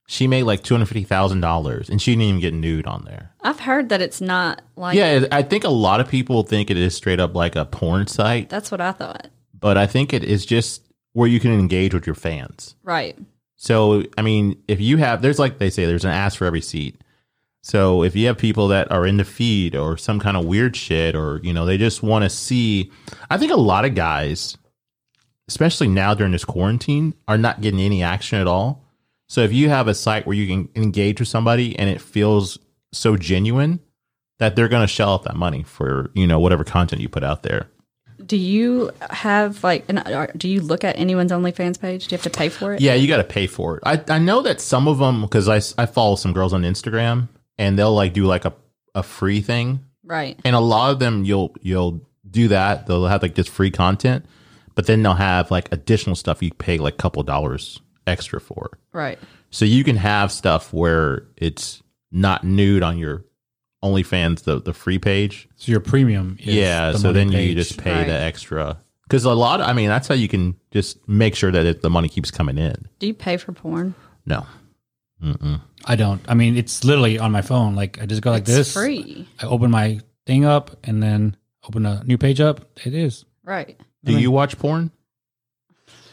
S1: She made like two hundred fifty thousand dollars, and she didn't even get nude on there.
S3: I've heard that it's not like.
S1: Yeah, I think a lot of people think it is straight up like a porn site,
S3: That's what I thought.
S1: but I think it is just where you can engage with your fans.
S3: Right.
S1: So, I mean, if you have, there's like they say, there's an ass for every seat. So, if you have people that are in the feed or some kind of weird shit, or, you know, they just want to see, I think a lot of guys, especially now during this quarantine, are not getting any action at all. So, if you have a site where you can engage with somebody and it feels so genuine that they're going to shell out that money for, you know, whatever content you put out there.
S3: Do you have like an? are- Do you look at anyone's OnlyFans page? Do you have to pay for it?
S1: Yeah, you got to pay for it. I, I know that some of them because I, s- I follow some girls on Instagram and they'll like do like a, a free thing
S3: Right.
S1: and a lot of them you'll you'll do that they'll have like just free content but then they'll have like additional stuff you pay like a couple dollars extra for
S3: Right.
S1: so you can have stuff where it's not nude on your OnlyFans the the free page
S2: So your premium. Is
S1: yeah
S2: the
S1: so
S2: money
S1: then you
S2: page.
S1: just pay
S3: Right.
S1: the extra because a lot I mean that's how you can just make sure that it, the money keeps coming in
S3: Do you pay for porn?
S1: no
S2: I don't. I mean, it's literally on my phone. Like I just go like
S3: it's
S2: this.
S3: free.
S2: I open my thing up and then open a new page up. It is.
S3: Right.
S1: do you watch porn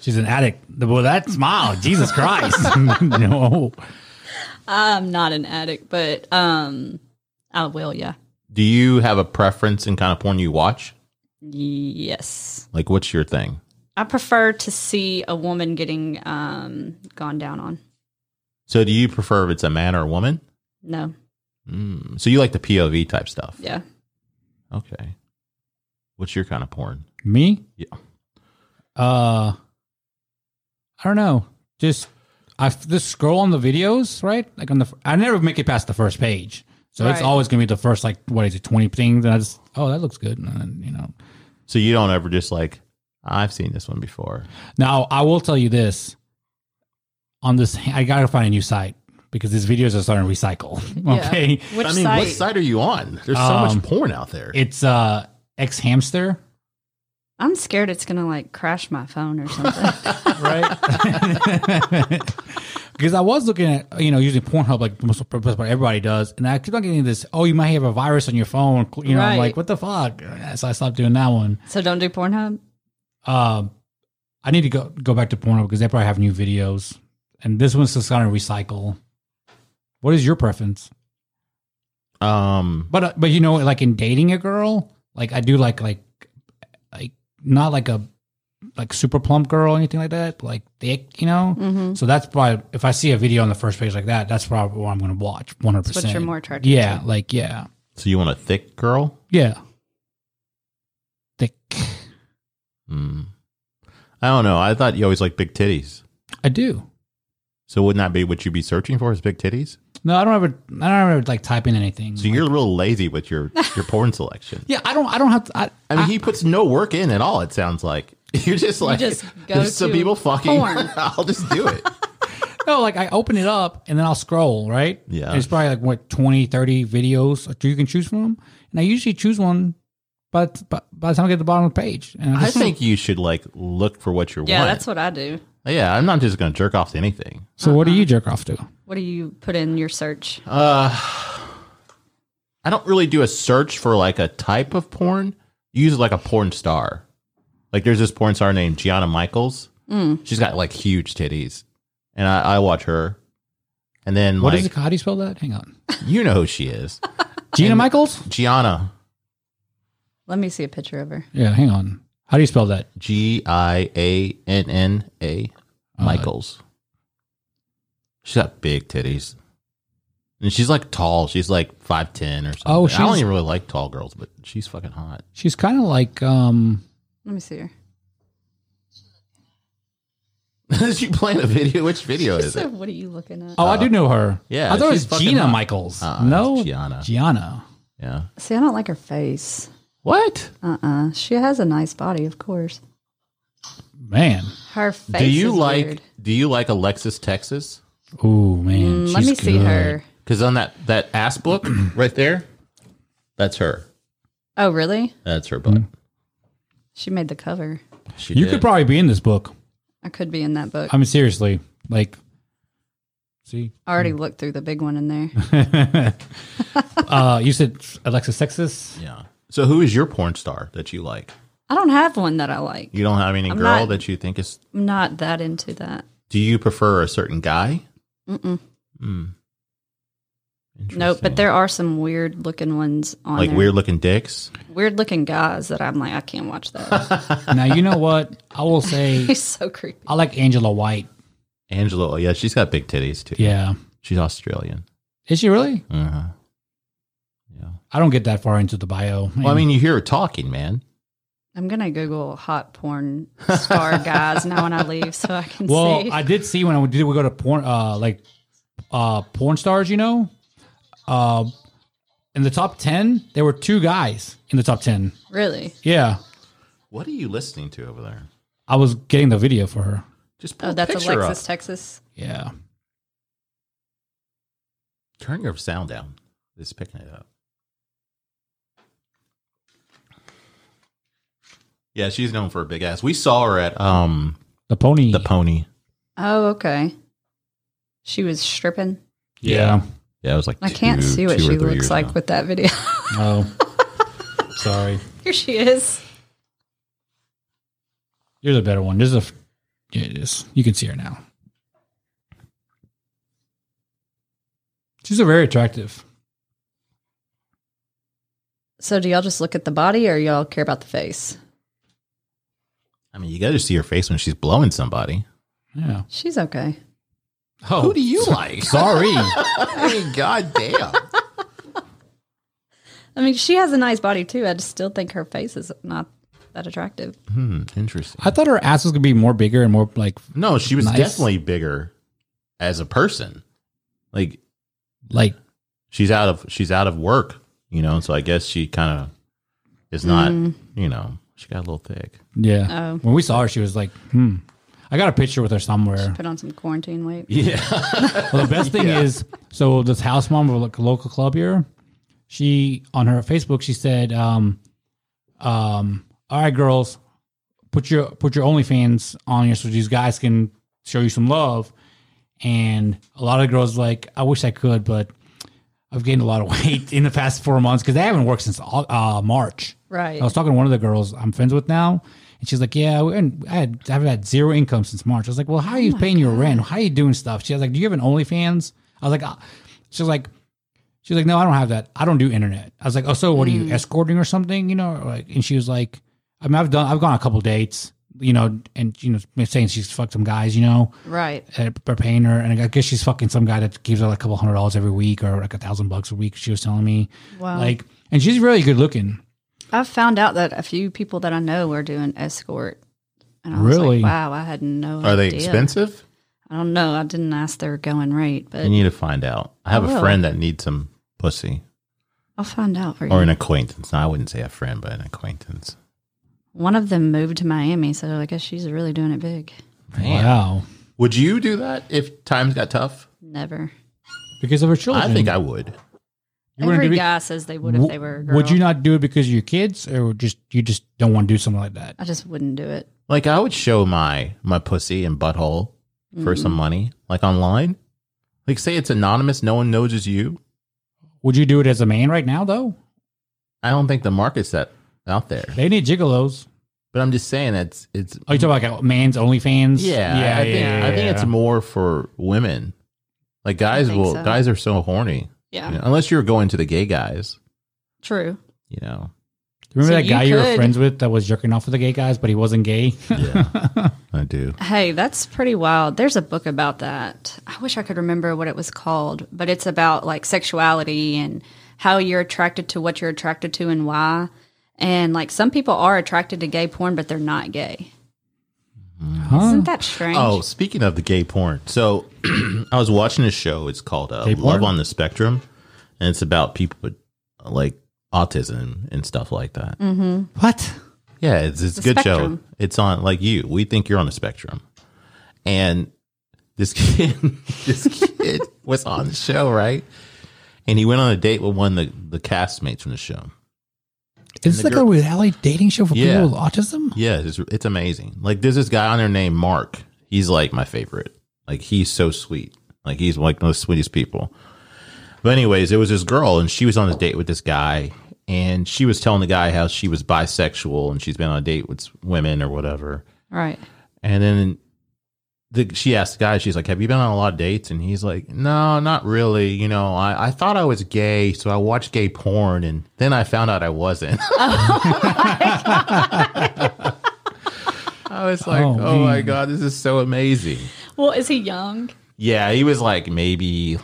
S2: She's an addict. Well, that smile, Jesus Christ! no,
S3: I'm not an addict, but um, I will. Yeah.
S1: do you have a preference in kind of porn you watch
S3: Yes.
S1: like what's your thing
S3: I prefer to see a woman getting um gone down on.
S1: so do you prefer if it's a man or a woman
S3: No.
S1: Mm. So you like the POV type stuff?
S3: Yeah.
S1: Okay. What's your kind of porn?
S2: me.
S1: Yeah.
S2: Uh, I don't know. Just I f- just scroll on the videos, right? Like on the f- I never make it past the first page, so it's
S3: Right.
S2: always gonna be the first like what is it twenty things, and I just oh that looks good, and then, you know.
S1: So you don't ever just like, I've seen this one before.
S2: Now I will tell you this. On this, I gotta find a new site because these videos are starting to recycle.
S3: Yeah.
S2: Okay,
S3: Which
S1: I mean,
S3: site?
S1: what side are you on? There's so
S2: Um,
S1: much porn out there.
S2: it's uh X Hamster,
S3: I'm scared it's gonna like crash my phone or something.
S2: right? Because I was looking at you know using Pornhub like most most what everybody does, and I keep on getting this. Oh, you might have a virus on your phone. You know, I'm
S3: Right.
S2: like, what the fuck? So I stopped doing that one.
S3: so don't do Pornhub.
S2: Um, I need to go go back to Pornhub because they probably have new videos, and this one's just kind of recycle. What is your preference?
S1: um,
S2: But uh, but you know, like in dating a girl, like I do like like like not like a like super plump girl or anything like that, like thick, you know.
S3: Mm-hmm.
S2: So that's probably if I see a video on the first page like that, that's probably what I'm going to watch. One hundred
S3: What you're
S2: percent.
S3: more attracted
S2: Yeah, like yeah,
S1: so you want a thick girl?
S2: yeah. Thick.
S1: Mm. I don't know. I thought you always like big titties.
S2: I do.
S1: So wouldn't that be what you'd be searching for? Is big titties?
S2: No, I don't ever. I don't ever like type in anything.
S1: So you're real lazy with your your porn selection.
S2: yeah, I don't. I don't have to. I,
S1: I mean, he puts no work in at all. It sounds like you're just like
S3: just go
S1: there's some
S3: to
S1: people fucking.
S3: porn.
S1: I'll just do it.
S2: no, like I open it up and then I'll scroll, right?
S1: Yeah.
S2: And it's probably like what 20, 30 videos that you can choose from. And I usually choose one by, t- by, by the time I get to the bottom of the page. And
S1: I
S2: just-
S1: think you should like look for what you're
S3: Yeah,
S1: wanting.
S3: that's what I do.
S1: Yeah, I'm not just gonna jerk off to anything.
S2: so what
S3: uh-huh.
S2: do you jerk off to?
S3: What do you put in your search?
S1: Uh, I don't really do a search for like a type of porn. Use like a porn star. Like there's this porn star named Gianna Michaels.
S3: Mm.
S1: She's got like huge titties, and I, I watch her. And then
S2: What is
S1: like
S2: it? How do you spell that? Hang on.
S1: you know who she is,
S2: Gina Michaels?
S1: Gianna
S3: Let me see a picture of her.
S2: Yeah, hang on. How do you spell that?
S1: G I A N N A Michaels. she's got big titties, and she's like tall. She's like five ten or something.
S2: Oh,
S1: I don't
S2: she's-
S1: even really like tall girls, but she's fucking hot.
S2: She's kind of like um
S3: Let me see her.
S1: is she playing a video? Which video is
S3: So
S1: it?
S3: what are you looking at?
S2: Oh, I do know her.
S1: yeah,
S2: I thought
S1: she's
S2: it was
S1: fucking
S2: Gina
S1: hot.
S2: Michaels.
S1: Uh-uh,
S2: no,
S1: it's Gianna.
S2: Gianna.
S1: Yeah.
S3: See, I don't like her face.
S1: What?
S3: Uh uh She has a nice body, of course.
S2: Man.
S3: Her face.
S1: do you
S3: is
S1: like
S3: weird.
S1: do you like Alexis Texas?
S2: Oh man.
S3: Mm, let
S2: she's
S3: me see
S2: good.
S3: her.
S1: Cuz on that that ass book right there, that's her.
S3: Oh, really?
S1: That's her book.
S3: She made the cover.
S1: She
S2: Mm. You
S1: did.
S2: could probably be in this book.
S3: I could be in that book.
S2: I mean, seriously. Like, see,
S3: I already looked through the big one in there.
S2: uh, you said Alexis Texas.
S1: Yeah. So who is your porn star that you like?
S3: I don't have one that I like.
S1: You don't have any girl
S3: not-
S1: that you think is
S3: I'm not that into that.
S1: Do you prefer a certain guy?
S3: Mm-mm.
S1: Hmm.
S3: Nope. But
S1: Interesting.
S3: there are some weird looking ones on
S1: like weird looking dicks.
S3: weird looking guys that I'm like I can't watch that.
S2: now you know what I will say.
S3: He's so creepy.
S2: I like Angela White.
S1: Angela, yeah, she's got big titties too.
S2: Yeah,
S1: She's Australian.
S2: is she really?
S1: Uh-huh.
S2: I don't get that far into the bio.
S1: Well, I mean, you hear her talking, man.
S3: I'm gonna Google hot porn star guys now when I leave, so I can
S2: Well,
S3: see.
S2: I did see when I did we go to porn uh like uh porn stars, you know? Uh in the top 10, there were two guys in the top 10.
S3: really?
S2: Yeah.
S1: What are you listening to over there?
S2: I was getting the video for her.
S1: Just pull
S3: Oh, that's
S1: picture
S3: Alexis,
S1: up.
S3: Texas.
S2: Yeah.
S1: Turn your sound down. It's picking it up. Yeah, she's known for a big ass. We saw her at um
S2: The pony.
S1: the pony.
S3: Oh, okay. She was stripping.
S2: Yeah.
S1: Yeah, it was like
S3: I can't
S1: two-
S3: see what
S1: two or
S3: she
S1: three
S3: looks
S1: years
S3: like
S1: ago.
S3: with that video.
S2: Oh. Sorry.
S3: Here she is.
S2: Here's a better one. This is a f- yeah, it is. You can see her now. She's a very attractive.
S3: So, do y'all just look at the body, or y'all care about the face?
S1: I mean, you got to see her face when she's blowing somebody.
S2: Yeah.
S3: She's okay.
S2: Oh.
S1: Who do you like?
S2: Sorry.
S1: I mean, goddamn.
S3: I mean, she has a nice body too. I just still think her face is not that attractive.
S1: Hmm, interesting.
S2: I thought her ass was gonna be more bigger and more like
S1: No, she was
S2: Nice.
S1: definitely bigger as a person. Like
S2: like
S1: she's out of she's out of work, you know. So I guess she kind of is not, you know, she got a little thick.
S2: yeah.
S3: Oh.
S2: When we saw her, she was like, hmm. I got a picture with her somewhere.
S3: Put on some quarantine weight.
S1: Yeah,
S2: Well, the best thing is, so this house mom of like a local club here, she on her Facebook she said, um, um, "All right, girls, put your put your OnlyFans on here so these guys can show you some love." And a lot of girls like, "I wish I could, but I've gained a lot of weight in the past four months because I haven't worked since Au- uh, March."
S3: Right.
S2: I was talking to one of the girls I'm friends with now, and she's like, "Yeah, we- and I had, I've had zero income since March." I was like, "Well, how are you paying your rent? How are you doing stuff?" She was like, "Do you have an OnlyFans?" I was like, uh, "She's like, she's like, no, I don't have that. I don't do internet." I was like, "Oh, so what are you escorting or something?" You know, or like, and she was like, "I mean, I've done, I've gone on a couple dates, you know, and you know, saying she's fucked some guys, you know."
S3: Right.
S2: that are paying her, and I guess she's fucking some guy that gives her like a couple hundred dollars every week or like a thousand bucks a week. She was telling me,
S3: Wow.
S2: like, and she's really good looking.
S3: I've found out that a few people that I know are doing escort. And I was
S2: Really?
S3: like, wow, I had no idea.
S1: are they expensive?
S3: I don't know. I didn't ask their going rate, but
S1: You need to find out. I have
S3: I
S1: a
S3: will.
S1: friend that needs some pussy
S3: I'll find out for you.
S1: or an acquaintance. No, I wouldn't say a friend, but an acquaintance.
S3: One of them moved to Miami, so I guess she's really doing it big.
S1: Man.
S2: Wow.
S1: Would you do that if times got tough?
S3: Never.
S2: Because of her children.
S1: I think I would.
S2: You wouldn't do
S3: Every
S2: it-
S3: guy says they would if they were a girl.
S2: Would you not do it because of your kids, or just you just don't want to do something like that?
S3: I just wouldn't do it.
S1: Like I would show my my pussy and butthole for
S3: Mm-hmm.
S1: some money, like online. Like say it's anonymous, no one knows it's you.
S2: Would you do it as a man right now though?
S1: I don't think the market's that out there.
S2: They need gigolos.
S1: But I'm just saying that's it's
S2: Are you talking about like a man's OnlyFans?
S1: yeah,
S2: yeah,
S1: I think
S2: yeah,
S1: I think it's
S2: yeah.
S1: more for women. Like guys
S3: think
S1: will
S3: so.
S1: guys are so horny.
S3: Yeah.
S1: you know, unless you're going to the gay guys,
S3: True.
S1: you know.
S2: Remember
S3: So
S2: that
S3: you
S2: guy you were
S3: could-
S2: friends with that was jerking off with the gay guys, but he wasn't gay.
S1: Yeah. I do.
S3: Hey, that's pretty wild. There's a book about that. I wish I could remember what it was called, but it's about like sexuality and how you're attracted to what you're attracted to and why. And like some people are attracted to gay porn, but they're not gay. Isn't that strange?
S1: Oh, speaking of the gay porn, so I was watching a show. It's called uh,
S2: Gay porn?
S1: Love on the Spectrum, and it's about people with uh, like autism and stuff like that.
S2: what?
S1: Yeah, it's it's a
S3: Mm. The
S1: good
S3: spectrum.
S1: show. It's on like you. We think you're on the spectrum, and this kid, this kid was on the show, right? And he went on a date with one of the, the castmates from the show.
S2: Is
S1: the
S2: this like
S1: girl-
S2: a reality dating show for
S1: Yeah.
S2: people with autism?
S1: Yeah, it's, it's amazing. Like there's this guy on there named Mark. He's like my favorite. Like he's so sweet. Like he's like one of the sweetest people. But anyways, there was this girl and she was on a date with this guy and she was telling the guy how she was bisexual and she's been on a date with women or whatever.
S3: right.
S1: And then the, she asked the guy, she's like, Have you been on a lot of dates? And he's like, No, not really. You know, I, I thought I was gay, so I watched gay porn and then I found out I wasn't.
S3: Oh
S1: I was like,
S2: Oh,
S1: Oh, my
S2: man.
S1: God, this is so amazing.
S3: Well, is he young?
S1: Yeah, he was like maybe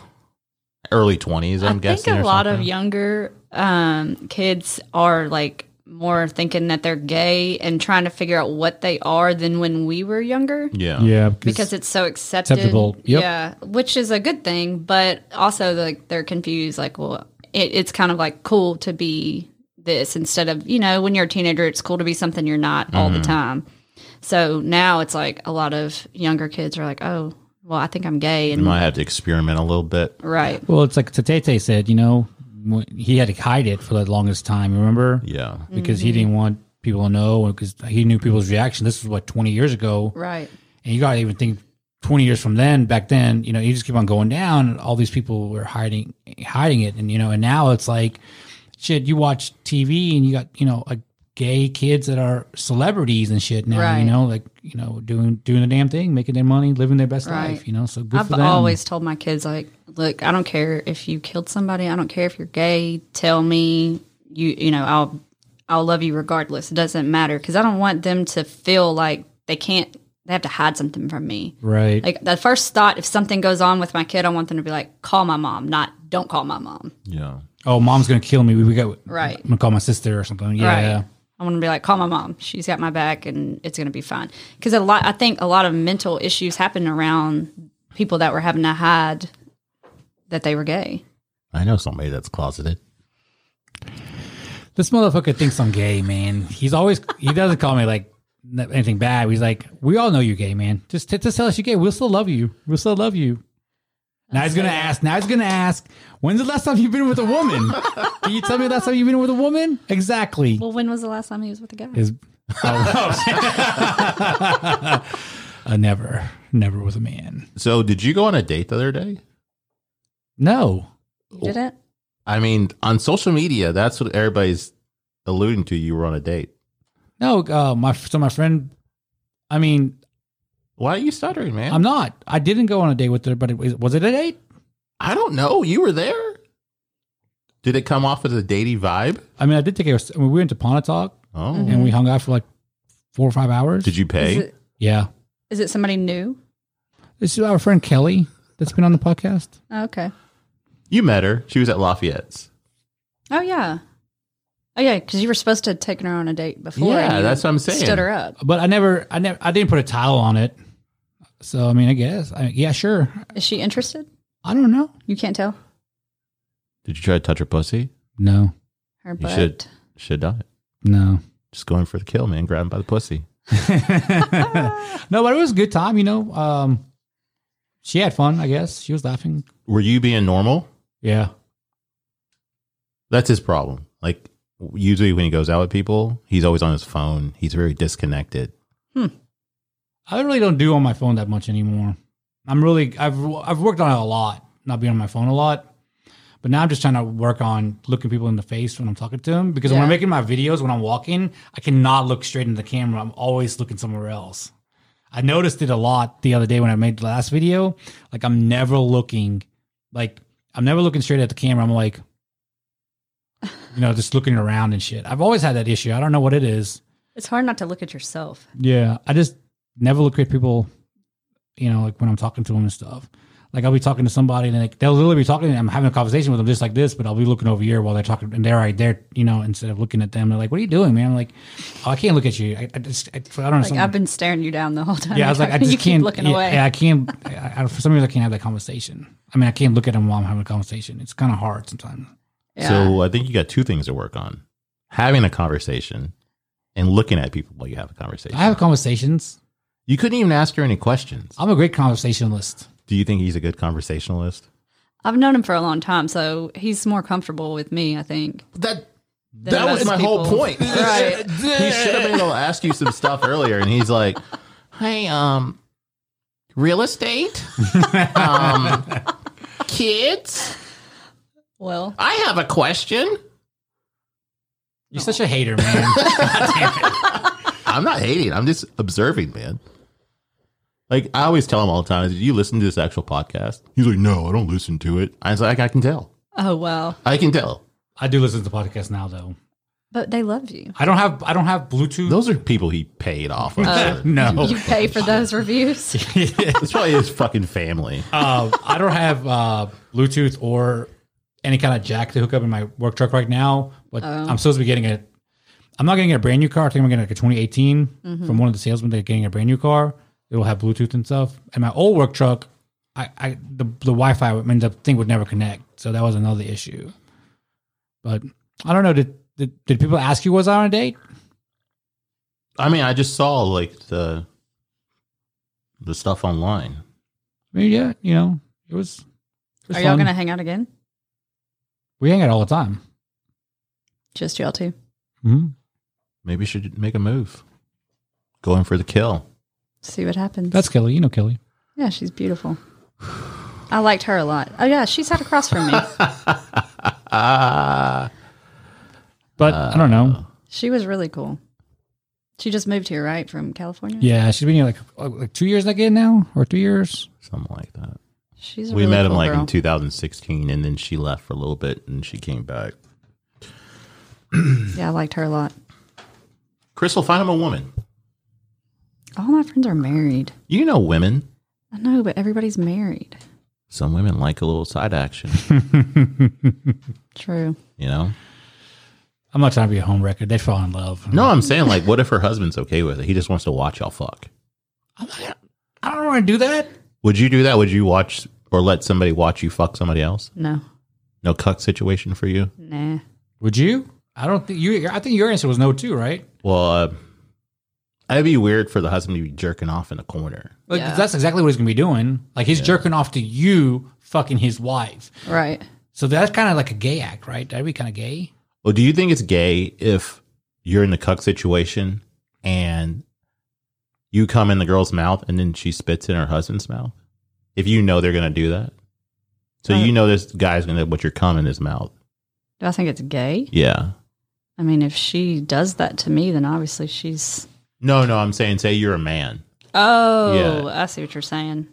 S1: early 20s, I'm
S3: I
S1: guessing.
S3: think
S1: or
S3: a lot
S1: something.
S3: of younger um, kids are like more thinking that they're gay and trying to figure out what they are than when we were younger
S1: Yeah.
S2: yeah,
S3: because it's so accepted.
S2: acceptable. Yep.
S3: Yeah, which is a good thing, but also like they're confused. Like, well, it, it's kind of like cool to be this instead of you know when you're a teenager, it's cool to be something you're not all the time. So now it's like a lot of younger kids are like, oh, well, I think I'm gay,
S1: You
S3: and
S1: might have to experiment a little bit.
S3: right,
S2: well, it's like Tatete said. You know, when- he had to hide it for the longest time. Remember?
S1: Yeah.
S3: Mm.
S2: because he
S3: Mm-hmm.
S2: didn't want people to know because he knew people's reaction. This was what twenty years ago,
S3: right,
S2: and you gotta even think twenty years from then. Back then, you know, you just keep on going down, and all these people were hiding hiding it, and you know, and now it's like shit. You watch TV and you got you know like gay kids that are celebrities and shit now.
S3: Right.
S2: You know, like you know doing doing the damn thing, making their money, living their best
S3: Right.
S2: life. You know, so good
S3: I've
S2: for them.
S3: always told my kids like, look, I don't care if you killed somebody. I don't care if you're gay. Tell me, you you know, I'll I'll love you regardless. It doesn't matter because I don't want them to feel like they can't. They have to hide something from me.
S2: right.
S3: Like the first thought, if something goes on with my kid, I want them to be like, call my mom, not don't call my mom.
S1: Yeah.
S2: oh, mom's gonna kill me. We, we got
S3: Right.
S2: I'm gonna call my sister or something. Yeah.
S3: Right. I'm gonna be like, call my mom. She's got my back, and it's gonna be fine. Because a lot, I think, a lot of mental issues happen around people that were having to hide that they were gay.
S1: I know somebody that's closeted.
S2: This motherfucker thinks I'm gay, man. He's always he doesn't call me like n- anything bad. He's like, we all know you're gay, man. Just t- just tell us you're gay. We'll still love you. We'll still love you. Now he's gonna ask. Now he's gonna ask. When's the last time you've been with a woman? Can you tell me the last time you've been with a woman? Exactly.
S3: Well, when was the last time he was with a guy?
S2: Is I oh. Uh, never, never was a man.
S1: So, did you go on a date the other day?
S2: No.
S3: You didn't?
S1: I mean, on social media, that's what everybody's alluding to. You were on a date.
S2: No, uh, my so my friend. I mean,
S1: Why are you stuttering, man?
S2: I'm not. I didn't go on a date with her, but it was, was it a date?
S1: I don't know. You were there. Did it come off as a datey vibe?
S2: I mean, I did take a. I mean, we went to Pontotoc
S1: Oh,
S2: and we hung out for like four or five hours.
S1: did you
S3: Mm-hmm. Is
S1: pay?
S3: it,
S2: yeah,
S3: is it somebody new?
S2: this is our friend Kelly that's been on the podcast.
S3: Oh, okay.
S1: You met her. She was at Lafayette's.
S3: Oh yeah. Oh yeah, because you were supposed to have taken her on a date before.
S1: Yeah,
S3: and you
S1: that's what I'm saying.
S3: Stood her up.
S2: But I never, I never, I didn't put a title on it. So I mean, I guess, I, yeah, sure.
S3: Is she interested?
S2: I don't know.
S3: You can't tell
S1: Did you try to touch her pussy?
S2: No,
S3: her
S1: You
S3: butt.
S1: should. Should not.
S2: no,
S1: Just going for the kill, man. Grab him by the pussy.
S2: no. But it was a good time, you know. Um, she had fun, I guess. She was laughing.
S1: Were you being normal?
S2: Yeah,
S1: That's his problem. Like usually when he goes out with people, he's always on his phone. He's very disconnected.
S2: I really don't do on my phone that much anymore. I'm really I've I've worked on it a lot, not being on my phone a lot. But now I'm just trying to work on looking people in the face when I'm talking to them because when I'm
S3: Yeah.
S2: making my videos when I'm walking, I cannot look straight into the camera. I'm always looking somewhere else. I noticed it a lot the other day when I made the last video. Like I'm never looking like I'm never looking straight at the camera. I'm like you know, just looking around and shit. I've always had that issue. I don't know what it is.
S3: It's hard not to look at yourself.
S2: Yeah, I just never look at people, you know, like when I'm talking to them and stuff. Like I'll be talking to somebody and like they'll literally be talking. And I'm having a conversation with them just like this, but I'll be looking over here while they're talking, and they're right there, you know, instead of looking at them. They're like, "What are you doing, man?" I'm like, "Oh, I can't look at you. I, I just, I, I don't know."
S3: Like
S2: something-
S3: I've been staring you down the whole time.
S2: yeah, I was like, I
S3: you
S2: just can't
S3: keep looking
S2: yeah,
S3: away.
S2: Yeah, I can't. I, I, for some reason, I can't have that conversation. I mean, I can't look at them while I'm having a conversation. It's kind of hard sometimes.
S3: Yeah.
S1: So I think you got two things to work on: having a conversation and looking at people while you have a conversation.
S2: I have conversations.
S1: you couldn't even ask her any questions.
S2: I'm a great conversationalist.
S1: Do you think he's a good conversationalist?
S3: I've known him for a long time, so he's more comfortable with me. I think.
S1: That
S3: Then
S1: that was
S3: most
S1: my whole
S3: people-
S1: point.
S3: Right.
S1: he should have been able to ask you some stuff earlier, and he's like, "Hey, um, real estate, um, kids.
S3: Well,
S1: I have a question.
S2: You're such a hater, man.
S1: I'm not hating. I'm just observing, man. Like I always tell him all the time, "Did you listen to this actual podcast?" He's like, "No, I don't listen to it." I was like, "I can tell.
S3: oh well,
S1: I can tell.
S2: I do listen to podcasts now, though.
S3: but they love you.
S2: I don't have I don't have Bluetooth.
S1: Those are people he paid off. I'm
S3: Uh,
S1: sure.
S2: no,
S3: You pay for those reviews.
S1: Oh, It's probably his fucking family.
S2: uh, I don't have uh, Bluetooth
S3: Oh.
S2: or any kind of jack to hook up in my work truck right now. But I'm supposed to be getting a. I'm not going to get a brand new car. I think I'm going to get like a 2018
S3: Mm-hmm.
S2: from one of the salesmen that are getting a brand new car. It will have Bluetooth and stuff. And my old work truck, I, I the, the Wi Fi means the thing would never connect. So that was another issue. But I don't know. Did, did, did people ask you, was I on a date?
S1: I mean, I just saw like the the stuff online.
S2: I mean, yeah, you know, it was. it was
S3: Are y'all
S2: fun.
S3: gonna hang out again?
S2: We hang out all the time.
S3: Just y'all two.
S2: Mm-hmm.
S1: Maybe you should make a move. Going for the kill.
S3: See what happens.
S2: That's Kelly. You know Kelly.
S3: yeah, she's beautiful. I liked her a lot. Oh yeah, she sat across from me.
S1: Ah,
S2: But I don't know.
S3: she was really cool. She just moved here, right, from California.
S2: Yeah, she's been here like uh, like two years again now, or three years.
S1: something like that.
S3: She's a
S1: We
S3: really
S1: met him
S3: cool
S1: like
S3: girl.
S1: in 2016, and then she left for a little bit, and she came back.
S3: Yeah, I liked her a lot.
S1: Crystal, find him a woman.
S3: All my friends are married.
S1: You know, women.
S3: I know, but everybody's married.
S1: Some women like a little side action.
S3: True.
S1: You know.
S2: I'm not trying to be a home record. They fall in love.
S1: No, I'm saying like, what if her husband's okay with it? He just wants to watch y'all fuck.
S2: I don't want to do that.
S1: Would you do that? Would you watch or let somebody watch you fuck somebody else?
S3: No.
S1: No cuck situation for you.
S3: Nah.
S2: Would you? I don't think you. I think your answer was no too, right?
S1: Well, uh, it'd be weird for the husband to be jerking off in a corner.
S2: Like
S3: Yeah.
S2: that's exactly what he's gonna be doing. Like he's jerking off to you, fucking his wife.
S3: Right.
S2: So that's kind of like a gay act, right? That'd be kind of gay.
S1: Well, do you think it's gay if you're in the cuck situation and you come in the girl's mouth and then she spits in her husband's mouth? If you know they're gonna do that, so
S3: Uh,
S1: you know this guy's gonna put your cum in his mouth.
S3: Do I think it's gay?
S1: Yeah.
S3: I mean, if she does that to me, then obviously she's.
S1: No, no, I'm saying say you're a man.
S3: Oh, I see what you're saying.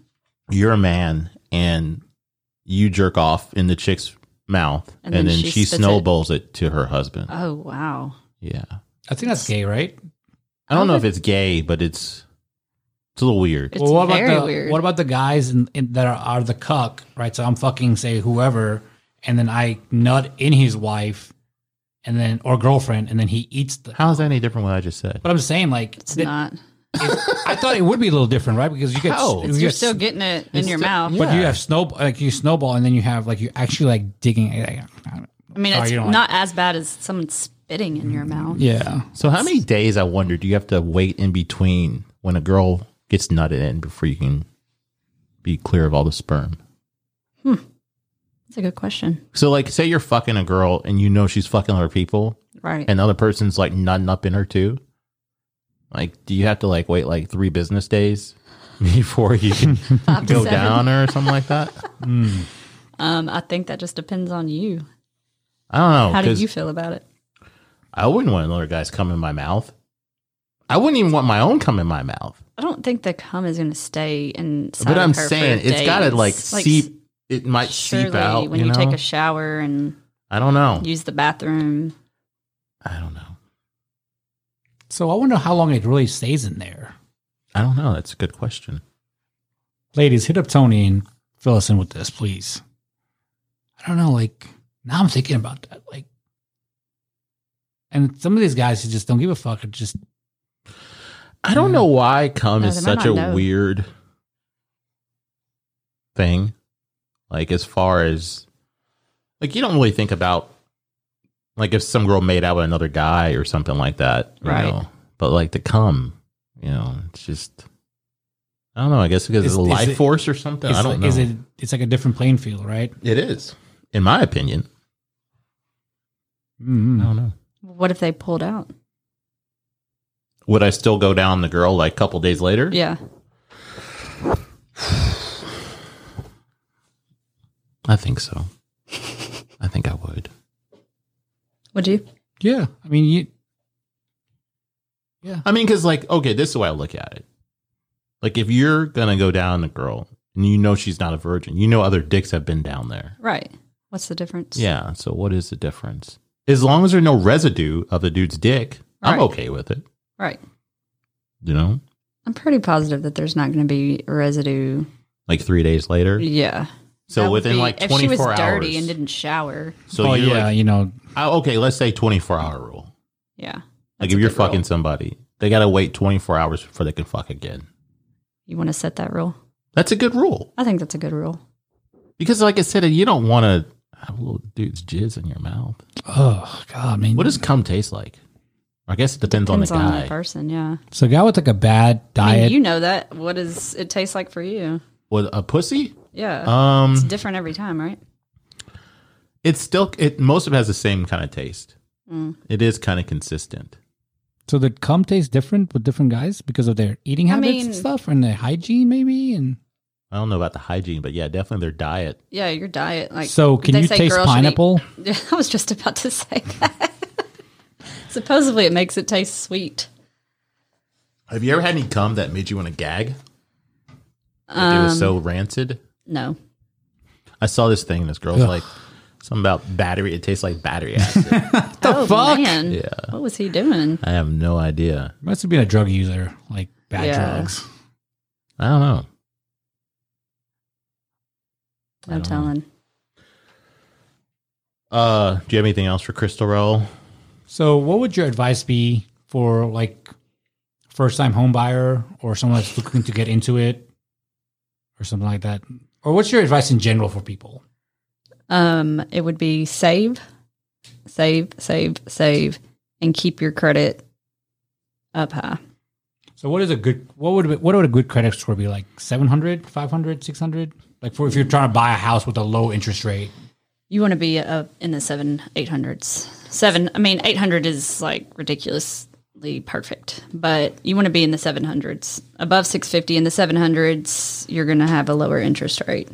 S1: You're a man and you jerk off in the chick's mouth and, then, she,
S3: spits it.
S1: snowballs it. to her husband.
S3: Oh, wow.
S1: yeah.
S2: I think that's gay, right?
S1: I don't know if it's gay, but it's it's a little weird.
S3: It's very
S2: about the,
S3: weird.
S2: What about the guys in, in, that are, are the cuck, right? So I'm fucking say whoever, and then I nut in his wife, and then or girlfriend, and then he eats the.
S1: How is that any different from what I just said?
S2: But I'm saying like
S3: It's
S2: th-
S3: not.
S2: I thought it would be a little different, right? Because you get
S1: How?
S2: you
S1: It's-
S3: Oh, You're
S2: get-
S3: still getting it in your mouth.
S2: but you
S1: Yeah.
S2: have snowball, like you snowball, and then you have like you actually like digging. I don't-
S3: I mean,
S1: Oh,
S2: Sorry,
S3: it's
S2: you don't like-
S3: not as bad as someone spitting in your mouth.
S2: Yeah,
S1: So how many days I wonder do you have to wait in between when a girl gets nutted in before you can be clear of all the sperm?
S3: That's a good question.
S1: So like say you're fucking a girl and you know she's fucking other people
S3: Right.
S1: and the other person's like nutting up in her too. Like do you have to like wait like 3 business days before you can
S3: Five to
S1: go
S3: seven.
S1: down her or something like that?
S3: Um, I think that just depends on you.
S1: I don't know.
S3: How do
S1: Oh, 'cause-
S3: you feel about it?
S1: I wouldn't want another guy's cum in my mouth. I wouldn't even want my own cum in my mouth.
S3: I don't think the cum is going to stay inside.
S1: but
S3: of
S1: I'm
S3: her
S1: saying
S3: for
S1: it's got to
S3: days.
S1: like, seep. It might
S3: Surely,
S1: seep out.
S3: when
S1: you,
S3: you,
S1: know?
S3: take a shower and
S1: I don't know.
S3: use the bathroom,
S1: I don't know.
S2: so I wonder how long it really stays in there.
S1: I don't know. That's a good question.
S2: Ladies, hit up Tony and fill us in with this, please. I don't know. Like now, I'm thinking about that. Like, and some of these guys who just don't give a fuck are just
S1: I don't know why cum
S3: No,
S1: is
S3: they might
S1: such a
S3: not know.
S1: weird thing. Like as far as like you don't really think about like if some girl made out with another guy or something like that, you
S3: Right.
S1: know. But like the cum, you know, it's just I don't know. I guess because
S2: Is-
S1: it's a
S2: is
S1: life
S2: it-
S1: force or something.
S2: it's
S1: I don't
S2: like,
S1: know.
S2: Is it? It's like a different playing field, right?
S1: it is, in my opinion. I
S2: Mm-hmm.
S1: don't know.
S3: what if they pulled out?
S1: Would I still go down the girl like a couple days later?
S3: Yeah.
S1: I think so. I think I would.
S3: Would you?
S2: Yeah, I mean, you, yeah,
S1: I mean, because like, okay, this is the way I look at it. Like, if you're gonna go down the girl and you know she's not a virgin, you know other dicks have been down there.
S3: Right. What's the difference?
S1: Yeah. So what is the difference? As long as there's no residue of the dude's dick, I'm
S3: Right.
S1: okay with it.
S3: Right.
S1: You know,
S3: I'm pretty positive that there's not going to be residue.
S1: like three days later.
S3: Yeah.
S1: So
S3: That would
S1: within
S3: be-
S1: like
S3: if she was
S1: 24
S3: dirty
S1: hours.
S3: and didn't shower.
S1: So
S2: oh
S1: you're
S2: yeah,
S1: like,
S2: you know,
S1: oh, okay, let's say 24 hour rule.
S3: Yeah.
S1: Like
S3: That's
S1: if
S3: a
S1: you're
S3: good rule.
S1: fucking somebody, they gotta wait 24 hours before they can fuck again.
S3: You want to set that rule?
S1: That's a good rule
S3: I think that's a good rule.
S1: because, like I said, you don't want to have a little dude's jizz in your mouth.
S2: Oh God, I mean,
S1: What does cum taste like? I guess it depends,
S3: Depends
S1: on the
S3: on
S1: guy.
S3: the person, yeah.
S2: so a guy with like a bad
S3: I mean,
S2: diet.
S3: you know that. What does it taste like for you?
S1: With a pussy,
S3: Yeah.
S1: um,
S3: it's different every time, right?
S1: it's still it. Most of it has the same kind of taste.
S3: Mm.
S1: It is kind of consistent.
S2: so the cum tastes different with different guys because of their eating
S3: I
S2: habits
S3: mean-
S2: and stuff, and their hygiene maybe. And
S1: I don't know about the hygiene, but yeah, definitely their diet.
S3: Yeah, your diet. Like
S2: so, can
S3: they
S2: you
S3: say
S2: taste
S3: girls should eat-
S2: pineapple?
S3: Yeah, I was just about to say that. Supposedly, it makes it taste sweet.
S1: Have you ever had any cum that made you want to gag? Like it was so rancid.
S3: Um, No,
S1: I saw this thing. and This girl's like something about battery. It tastes like battery acid.
S2: The
S3: oh,
S2: fuck?
S3: Man. What was he doing?
S1: I have no idea.
S2: Must have been a drug user, like bad
S3: Yeah.
S2: drugs.
S1: I don't know.
S3: No telling.
S1: Uh, do you have anything else for Crystal Roll?
S2: So, what would your advice be for like first time home buyer or someone that's looking to get into it or something like that? Or what's your advice in general for people?
S3: Um, it would be save, save, save, save, and keep your credit up high.
S2: So, what is a good what would what would a good credit score be like 700, 500, 600? Like for if you're trying to buy a house with a low interest rate.
S3: You want to be uh, in the seven eight hundreds. Seven. I mean, eight hundred is like ridiculously perfect, but you want to be in the seven hundreds. Above six fifty in the seven hundreds, you're going to have a lower interest rate.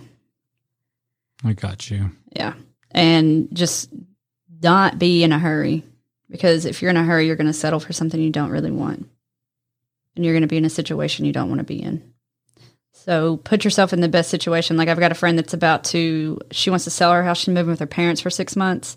S2: I got you.
S3: Yeah. And just not be in a hurry because if you're in a hurry, you're going to settle for something you don't really want. And you're going to be in a situation you don't want to be in. So put yourself in the best situation. Like I've got a friend that's about to, she wants to sell her house. She's moving with her parents for six months.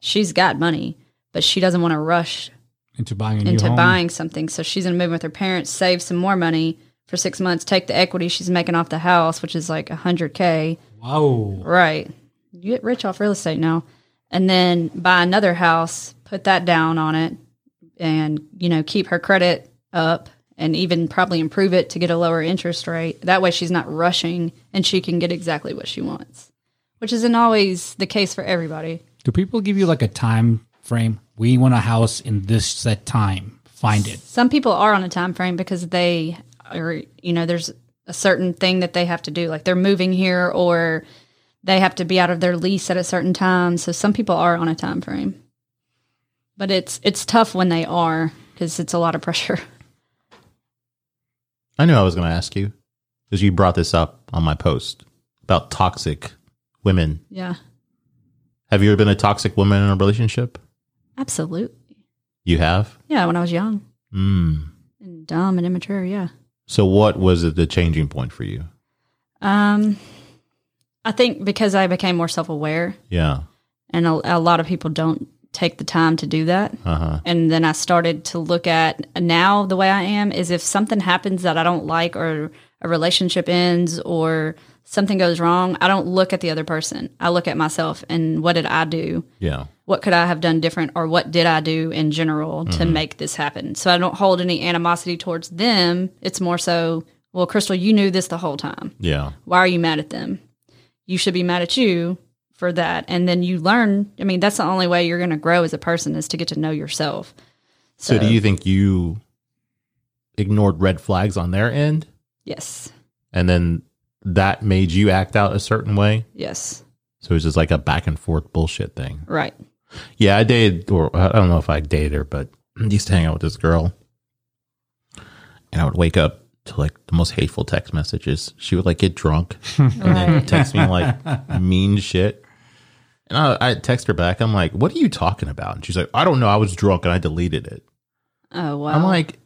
S3: She's got money, but she doesn't want to rush
S2: Into buying a new
S3: into
S2: home.
S3: buying something. So she's going to move with her parents, save some more money for six months, take the equity she's making off the house, which is like a 100K.
S2: Wow.
S3: Right. You get rich off real estate now. And then buy another house, put that down on it, and, you know, keep her credit up and even probably improve it to get a lower interest rate. That way she's not rushing and she can get exactly what she wants, which isn't always the case for everybody.
S2: Do people give you like a time frame? We want a house in this set time. Find it.
S3: Some people are on a time frame because they are, you know, there's a certain thing that they have to do, like they're moving here or they have to be out of their lease at a certain time. So some people are on a time frame, but it's it's tough when they are because it's a lot of pressure.
S1: I knew I was going to ask you because you brought this up on my post about toxic women.
S3: Yeah,
S1: Have you ever been a toxic woman in a relationship?
S3: absolutely.
S1: You have.
S3: Yeah, when I was young
S1: Mm.
S3: and dumb and immature. Yeah.
S1: So what was it the changing point for you?
S3: Um, I think because I became more self aware,
S1: Yeah.
S3: and a, a lot of people don't take the time to do that.
S1: Uh huh.
S3: and then I started to look at now the way I am is if something happens that I don't like or a relationship ends or something goes wrong, I don't look at the other person. I look at myself and what did I do?
S1: Yeah.
S3: What could I have done different or what did I do in general to make this happen? So I don't hold any animosity towards them. It's more so, well, Crystal, you knew this the whole time
S1: Yeah.
S3: why are you mad at them? You should be mad at you for that. And then you learn. I mean, that's the only way you're going to grow as a person is to get to know yourself.
S1: So, do you think you ignored red flags on their end,
S3: Yes.
S1: and then that made you act out a certain way?
S3: Yes.
S1: So it's just like a back and forth bullshit thing.
S3: Right.
S1: Yeah, I dated, or I don't know if I dated her, but I used to hang out with this girl. And I would wake up to like the most hateful text messages. She would like get drunk and then text me like mean shit. And I, I text her back. I'm like, what are you talking about? And she's like, I don't know. I was drunk and I deleted it.
S3: Oh, wow.
S1: I'm like,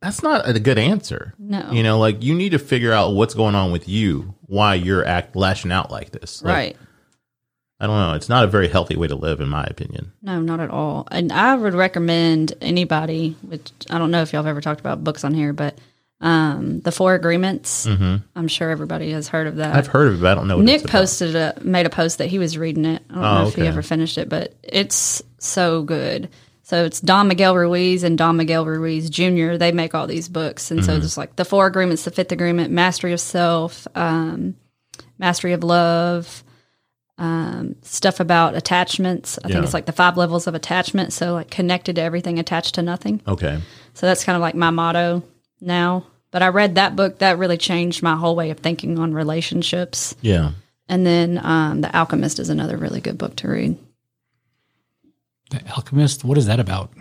S1: that's not a good answer.
S3: No.
S1: You know, like you need to figure out what's going on with you, why you're act lashing out like this. Like,
S3: right.
S1: I don't know. It's not a very healthy way to live, in my opinion.
S3: No, not at all. And I would recommend anybody, which I don't know if y'all have ever talked about books on here, but um, The Four Agreements.
S1: Mhm.
S3: I'm sure everybody has heard of that.
S1: I've heard of it. But I don't know. What
S3: Uh, Nick
S1: it's about.
S3: posted a made a post that he was reading it. I don't
S1: Oh,
S3: know if he
S1: okay.
S3: ever finished it, but it's so good. So it's Don Miguel Ruiz and Don Miguel Ruiz Jr. They make all these books, and
S1: Mm-hmm.
S3: so there's like the Four Agreements, the Fifth Agreement, Mastery of Self, um, Mastery of Love, um, stuff about attachments. I
S1: Yeah.
S3: think it's like the five levels of attachment. So like connected to everything, attached to nothing.
S1: Okay.
S3: So that's kind of like my motto now. But I read that book that really changed my whole way of thinking on relationships.
S1: Yeah.
S3: And then um, The Alchemist is another really good book to read.
S2: The Alchemist. What is that about?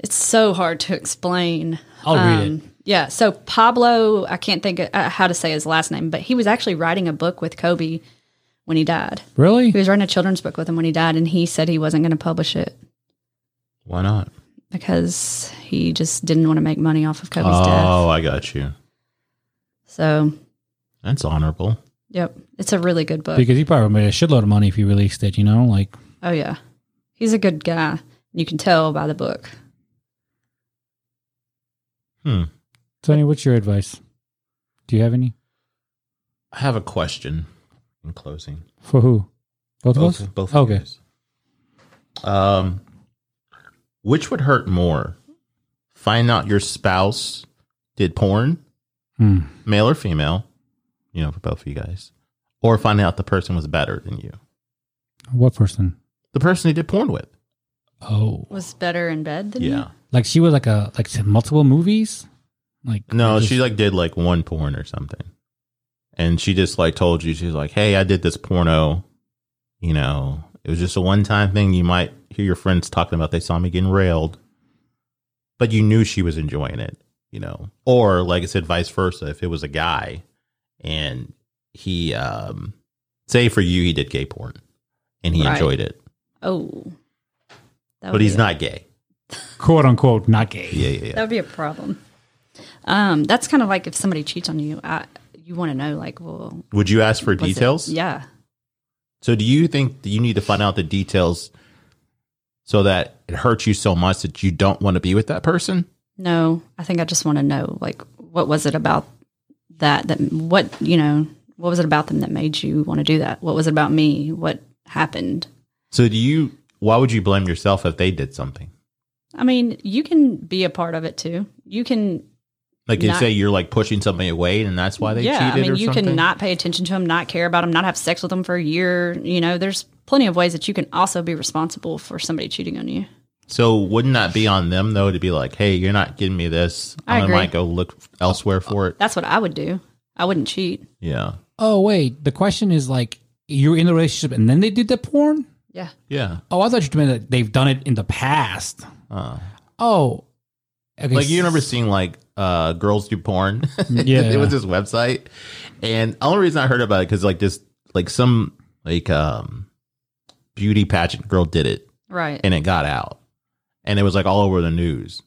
S3: It's so hard to explain. Um,
S2: I'll read it.
S3: Yeah. So Pablo, I can't think of, uh, how to say his last name, but he was actually writing a book with Kobe when he died. He
S2: Really?
S3: was writing a children's book with him when he died, and he said he wasn't going to publish it
S1: Why not?
S3: because he just didn't want to make money off of Kobe's
S1: Oh,
S3: death.
S1: I got you.
S3: So,
S1: That's honorable.
S3: yep, it's a really good book.
S2: Because he probably made a shitload of money if he released it. You know, like
S3: Oh yeah, he's a good guy. You can tell by the book.
S1: Hmm.
S2: Tony, what's your advice? Do you have any
S1: I have a question in closing.
S2: for who? Both, of us.
S1: both
S2: okay.
S1: yours. Um, which would hurt more? Find out your spouse did porn,
S2: Hmm.
S1: male or female, you know, for both of you guys, or find out the person was better than you,
S2: What person?
S1: the person he did porn with.
S2: Oh,
S3: Was better in bed than
S1: Yeah.
S2: like she was like a like to multiple movies. Like
S1: No,
S2: just-
S1: she like did like one porn or something. And she just like told you, she's like, Hey, I did this porno. You know, it was just a one time thing. You might hear your friends talking about they saw me getting railed, but you knew she was enjoying it, you know. Or like I said, vice versa, if it was a guy and he um say for you he did gay porn and he
S3: Right. Oh,
S1: enjoyed it.
S3: you? Oh, that would
S1: But he's
S3: be a-
S1: not gay.
S2: quote unquote not gay.
S1: Yeah, yeah,
S3: That
S1: yeah.
S3: would be a problem. Um, that's kind of like if somebody cheats on you, I, you want to know, like, well,
S1: Would you ask for
S3: was it-
S1: details?
S3: Yeah,
S1: So do you think that you need to find out the details so that it hurts you so much that you don't want to be with that person?
S3: no, I think I just want to know, like, what was it about that? That what you know, what was it about them that made you want to do that? What was it about me? What happened?
S1: So do you why would you blame yourself if they did something?
S3: I mean, you can be a part of it too. You can
S1: Like you
S3: Not-
S1: say you're like pushing somebody away and that's why they
S3: yeah,
S1: cheated
S3: I mean,
S1: or
S3: you
S1: something.
S3: can not pay attention to them, not care about them, not have sex with them for a year. You know, there's plenty of ways that you can also be responsible for somebody cheating on you.
S1: so wouldn't that be on them though to be like, Hey, you're not giving me this. I
S3: I agree.
S1: might go look elsewhere for it.
S3: That's what I would do. I wouldn't cheat.
S1: Yeah.
S2: Oh wait, the question is like you're in the relationship and then they did the porn.
S3: Yeah.
S1: Yeah.
S2: Oh, I thought you meant that they've done it in the past.
S1: Uh,
S2: Oh, okay.
S1: like you never seen like uh girls do porn
S2: Yeah.
S1: it was this website and the only reason i heard about it because like this like some like um beauty pageant girl did it
S3: Right.
S1: and it got out and it was like all over the news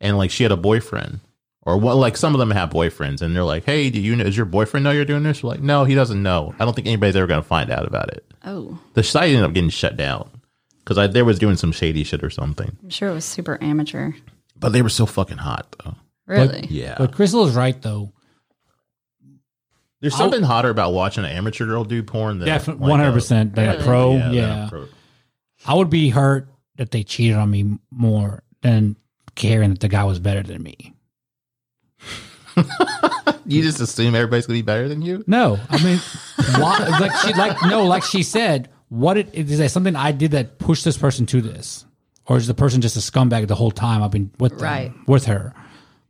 S1: and like she had a boyfriend or what like some of them have boyfriends and they're like hey do you know does your boyfriend know you're doing this We're like no he doesn't know i don't think anybody's ever going to find out about it
S3: oh,
S1: the site ended up getting shut down because i they was doing some shady shit or something
S3: I'm sure it was super amateur.
S1: but they were so fucking hot though
S3: Really?
S1: yeah
S2: But Crystal is right though.
S1: There's
S2: I'll-
S1: something hotter about watching an amateur girl do porn than
S2: Definitely,
S1: like,
S2: one hundred percent. That
S3: Really?
S1: a-
S2: pro.
S1: yeah,
S2: Yeah,
S1: than a pro.
S2: I would be hurt if they cheated on me more than caring that the guy was better than me.
S1: You just assume everybody's gonna be better than you.
S2: No, I mean, why, like she like no, like she said, what it, is that something I did that pushed this person to this, or is the person just a scumbag the whole time I've been with them,
S3: Right.
S2: with her?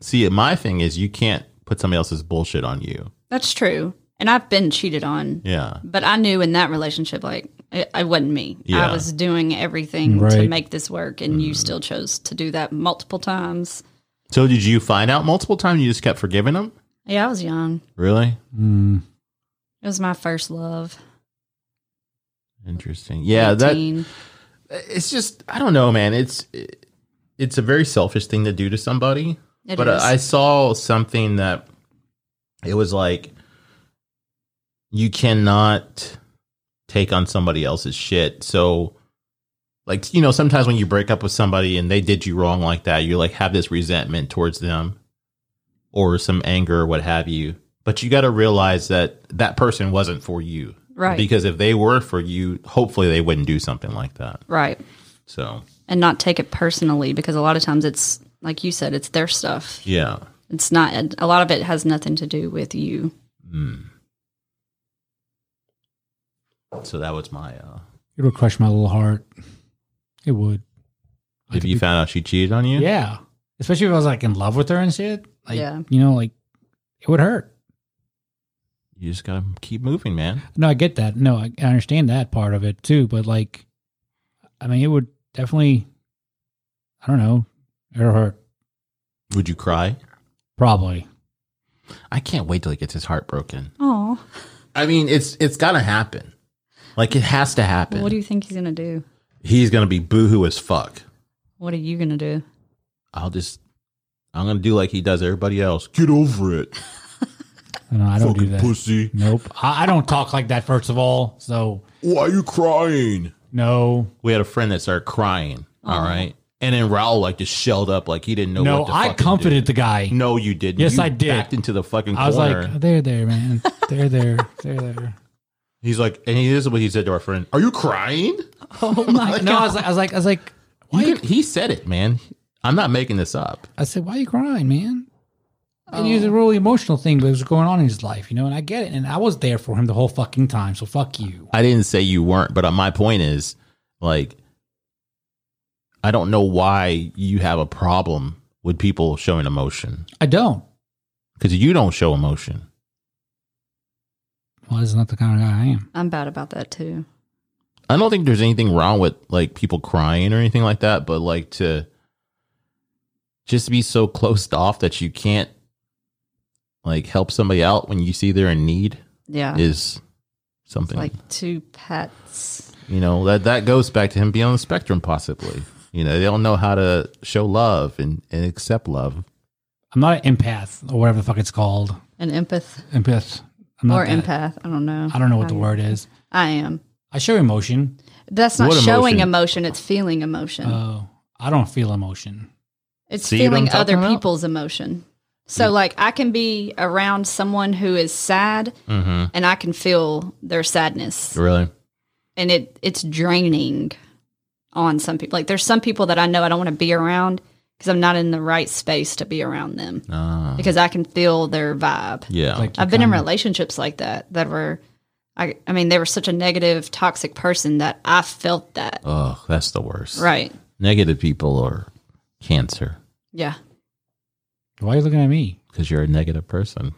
S1: See, my thing is you can't put somebody else's bullshit on you.
S3: That's true. And I've been cheated on.
S1: Yeah,
S3: But I knew in that relationship, like, it, it wasn't me.
S1: Yeah. Mm.
S3: I was doing everything to
S2: Right.
S3: make this work, and you still chose to do that multiple times.
S1: So did you find out multiple times? You just kept forgiving them.
S3: Yeah, I was young.
S1: Really
S2: Mm,
S3: It was my first love.
S1: interesting. Yeah, that
S3: 18.
S1: it's just I don't know, man. It's it, it's a very selfish thing to do to somebody.
S3: It
S1: but uh,
S3: is.
S1: I saw something that it was like you cannot take on somebody else's shit. So like you know, sometimes when you break up with somebody and they did you wrong like that, you like have this resentment towards them or some anger or what have you. But you got to realize that that person wasn't for you.
S3: Right.
S1: Because if they were for you, hopefully they wouldn't do something like that.
S3: right.
S1: So
S3: and not take it personally because a lot of times it's like you said, it's their stuff.
S1: Yeah.
S3: It's not a lot of it has nothing to do with you.
S1: Hmm. So that was my. Uh,
S2: It would crush my little heart. It would. I
S1: if
S2: could
S1: you
S2: be-
S1: found out she cheated on you,
S2: Yeah. Especially if I was like in love with her and shit. Like,
S3: Yeah.
S2: you know, like it would hurt.
S1: you just gotta keep moving, man.
S2: No, I get that. No, I, I understand that part of it too. But like, I mean, it would definitely, I don't know, it would hurt.
S1: Would you cry?
S2: Probably.
S1: I can't wait till he gets his heart broken.
S3: Oh,
S1: I mean, it's it's gonna happen. Like it has to happen.
S3: what do you think he's gonna do?
S1: He's gonna be boohoo as fuck.
S3: What are you gonna do?
S1: I'll just. I'm gonna do like he does everybody else. Get over it,
S2: No, I don't do
S1: fucking
S2: that.
S1: pussy.
S2: Nope. I, I don't talk like that, first of all. So,
S1: Why are you crying?
S2: no.
S1: We had a friend that started crying.
S3: Oh.
S1: All right, and then Raul like just shelled up like he didn't know.
S2: No,
S1: what to
S2: I
S1: fucking
S2: comforted
S1: do.
S2: the guy.
S1: No, you didn't.
S2: Yes,
S1: You
S2: I did.
S1: Backed into the fucking
S2: I was
S1: corner.
S2: like, they're there, man. They're there. They're there.
S1: He's like, and he, this is what he said to our friend. Are you crying?
S2: Oh my no, I was like, I was like, I was like, why?
S1: You can- he said it, man. I'm not making this up.
S2: I said, why are you crying, man? And he was a really emotional thing, but it was going on in his life, you know. And I get it, and I was there for him the whole fucking time. So fuck you.
S1: I didn't say you weren't, but uh, my point is, like, I don't know why you have a problem with people showing emotion
S2: I don't.
S1: because you don't show emotion.
S2: Well, this is not the kind of guy I am.
S3: I'm bad about that too.
S1: I don't think there's anything wrong with like people crying or anything like that, but like to just be so closed off that you can't like help somebody out when you see they're in need
S3: Yeah,
S1: is something
S3: like two pets.
S1: you know that that goes back to him being on the spectrum possibly you know they don't know how to show love and, and accept love
S2: I'm not an empath or whatever the fuck it's called.
S3: An empath
S2: Empath. I'm not
S3: or
S2: that.
S3: empath. I don't know.
S2: I don't know what the word is.
S3: I am.
S2: I show emotion.
S3: That's not
S1: What
S3: showing
S1: emotion?
S3: emotion. It's feeling emotion.
S2: Oh, I don't feel emotion.
S3: It's
S1: See what I'm
S3: feeling
S1: talking
S3: other
S1: about?
S3: people's emotion. So, like, I can be around someone who is sad, and I can feel their sadness,
S1: really
S3: and it it's draining on some people. Like, there's some people that I know I don't want to be around because I'm not in the right space to be around them
S1: uh,
S3: because I can feel their vibe.
S1: yeah
S2: Like you
S3: I've been in
S2: kinda-
S3: relationships like that that were, I I mean, they were such a negative, toxic person that I felt that.
S1: oh that's the worst
S3: Right?
S1: negative people are cancer
S3: Yeah.
S2: Why are you looking at me?
S1: because you're a negative person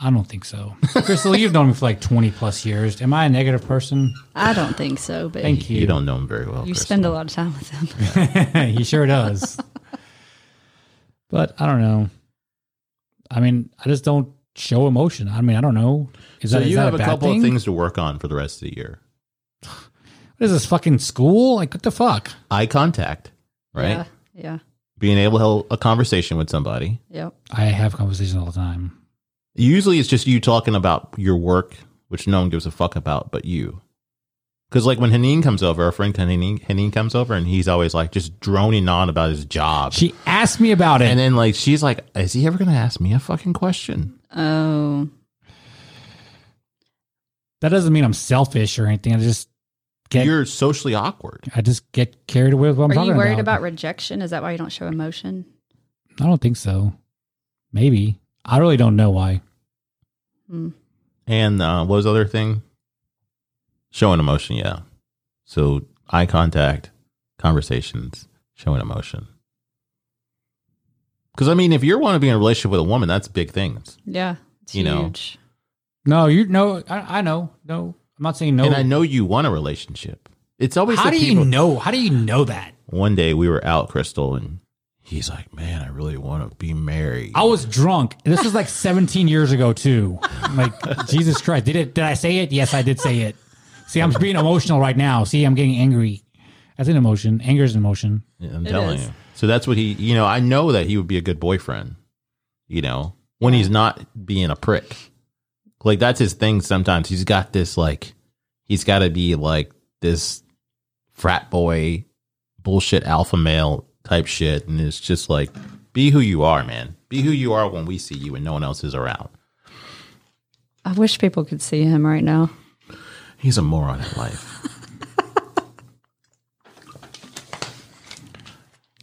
S2: I don't think so. Crystal, you've known me for like 20 plus years. Am I a negative person?
S3: I don't think so, but
S2: Thank you.
S1: you don't know him very well
S3: you
S1: Crystal.
S3: spend a lot of time with them.
S2: he sure does. but I don't know. I mean, I just don't show emotion. I mean, I don't know. Is
S1: so
S2: that, is
S1: you
S2: that
S1: have a
S2: bad
S1: couple
S2: thing?
S1: of things to work on for the rest of the year
S2: What is this fucking school? Like, what the fuck?
S1: eye contact right
S3: Yeah. Yeah.
S1: being able to hold a conversation with somebody
S3: Yep.
S2: I have conversations all the time.
S1: Usually it's just you talking about your work, which no one gives a fuck about but you. Because, like, when Hanin comes over, our friend Hanin, Hanin comes over and he's always like just droning on about his job.
S2: She asked me about it.
S1: and then, like, she's like, Is he ever going to ask me a fucking question?
S3: Oh,
S2: that doesn't mean I'm selfish or anything. I just get
S1: You're socially awkward.
S2: I just get carried away with what I'm
S3: are
S2: talking
S3: you
S2: about.
S3: worried about rejection? Is that why you don't show emotion?
S2: I don't think so. Maybe. I really don't know why.
S1: And uh, what was the other thing? Showing emotion, yeah. So, eye contact, conversations, showing emotion. Because, I mean, if you're want to be in a relationship with a woman, that's big things.
S3: Yeah, it's
S1: You know.
S3: huge.
S2: No, you no, I, I know. No. I'm not saying no.
S1: And I know you want a relationship. It's always
S2: How
S1: the
S2: do
S1: people.
S2: you know? How do you know that?
S1: One day we were out, Crystal, and he's like, "Man, I really want to be married."
S2: I was drunk. This was like 17 years ago too. Like Jesus Christ, did it? Did I say it? Yes, I did say it. See, I'm being emotional right now. See, I'm getting angry. That's an emotion. Anger is an emotion.
S1: I'm
S3: It
S1: telling
S3: is.
S1: you. So that's what he. You know, I know that he would be a good boyfriend. You know, when he's not being a prick. Like that's his thing. Sometimes he's got this like, he's got to be like this frat boy, bullshit alpha male type shit, and it's just like, be who you are, man. Be who you are when we see you and no one else is around.
S3: I wish people could see him right now.
S1: He's a moron at life.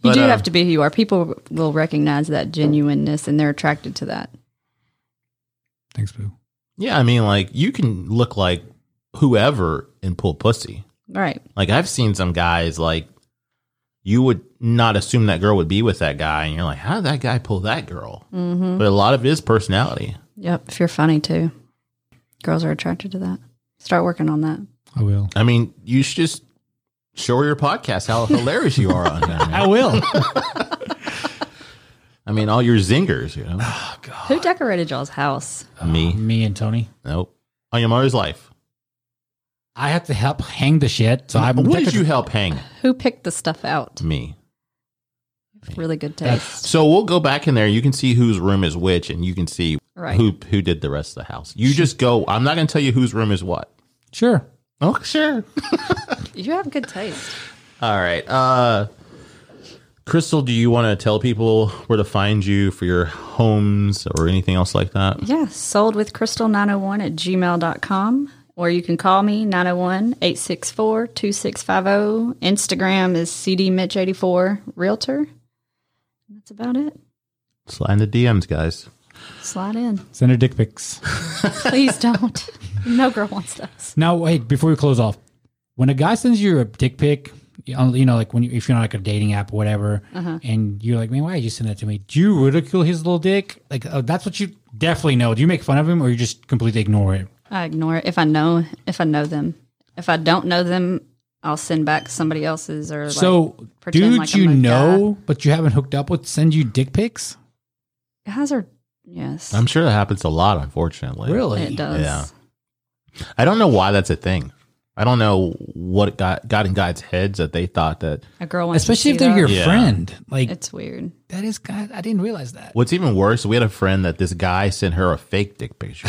S3: You
S1: But,
S3: do
S1: uh,
S3: have to be who you are. People will recognize that genuineness and they're attracted to that.
S2: Thanks, Boo.
S1: Yeah, I mean, like you can look like whoever and pull pussy.
S3: Right.
S1: Like I've seen some guys like you would not assume that girl would be with that guy, and you're like, how did that guy pull that girl?
S3: Mm-hmm.
S1: But a lot of it is personality.
S3: Yep. If you're funny too, girls are attracted to that. Start working on that.
S2: I will.
S1: I mean, you should just show your podcast how hilarious you are on there. man.
S2: I will.
S1: I mean, all your zingers, you know.
S3: Who decorated y'all's house?
S1: Me,
S2: Me and Tony.
S1: nope. On your mother's life.
S2: I have to help hang the shit. So I'm.
S1: what did you help hang?
S3: Who picked the stuff out?
S1: Me.
S3: Really good taste.
S1: So we'll go back in there. You can see whose room is which, and you can see
S3: Right.
S1: who who did the rest of the house. You just go. I'm not going to tell you whose room is what.
S2: Sure.
S1: Oh, sure.
S3: You have good taste.
S1: All right. Uh Crystal, do you want to tell people where to find you for your homes or anything else like that?
S3: Yeah, sold with crystal901 at gmail.com. Or you can call me 901 864 2650. oh. Instagram is cdmitch84 realtor. That's about it.
S1: Slide in the DMs, guys.
S3: Slide in.
S2: Send her dick pics.
S3: Please don't. no girl wants those.
S2: Now, wait, before we close off, when a guy sends you a dick pic, you know, you know, like when you, if you're on like a dating app or whatever,
S3: Uh-huh.
S2: and you're like, man, why did you send that to me? Do you ridicule his little dick? Like, oh, that's what you definitely know. Do you make fun of him or you just completely ignore it?
S3: I ignore it if I know if I know them. If I don't know them, I'll send back somebody else's or like,
S2: so,
S3: pretend
S2: dudes
S3: like I'm
S2: you
S3: a
S2: know, but you haven't hooked up with, send you dick pics?
S3: guy. guys are yes.
S1: I'm sure that happens a lot, unfortunately.
S2: Really?
S3: it does.
S1: Yeah. I don't know why that's a thing. I don't know what got got in guys' heads that they thought that.
S3: A girl wants
S2: Especially
S3: to
S2: if
S3: see
S2: they're
S3: that.
S2: your
S1: Yeah.
S2: friend. Like,
S3: It's weird.
S2: that is, God, I didn't realize that.
S1: What's even worse, we had a friend that this guy sent her a fake dick picture.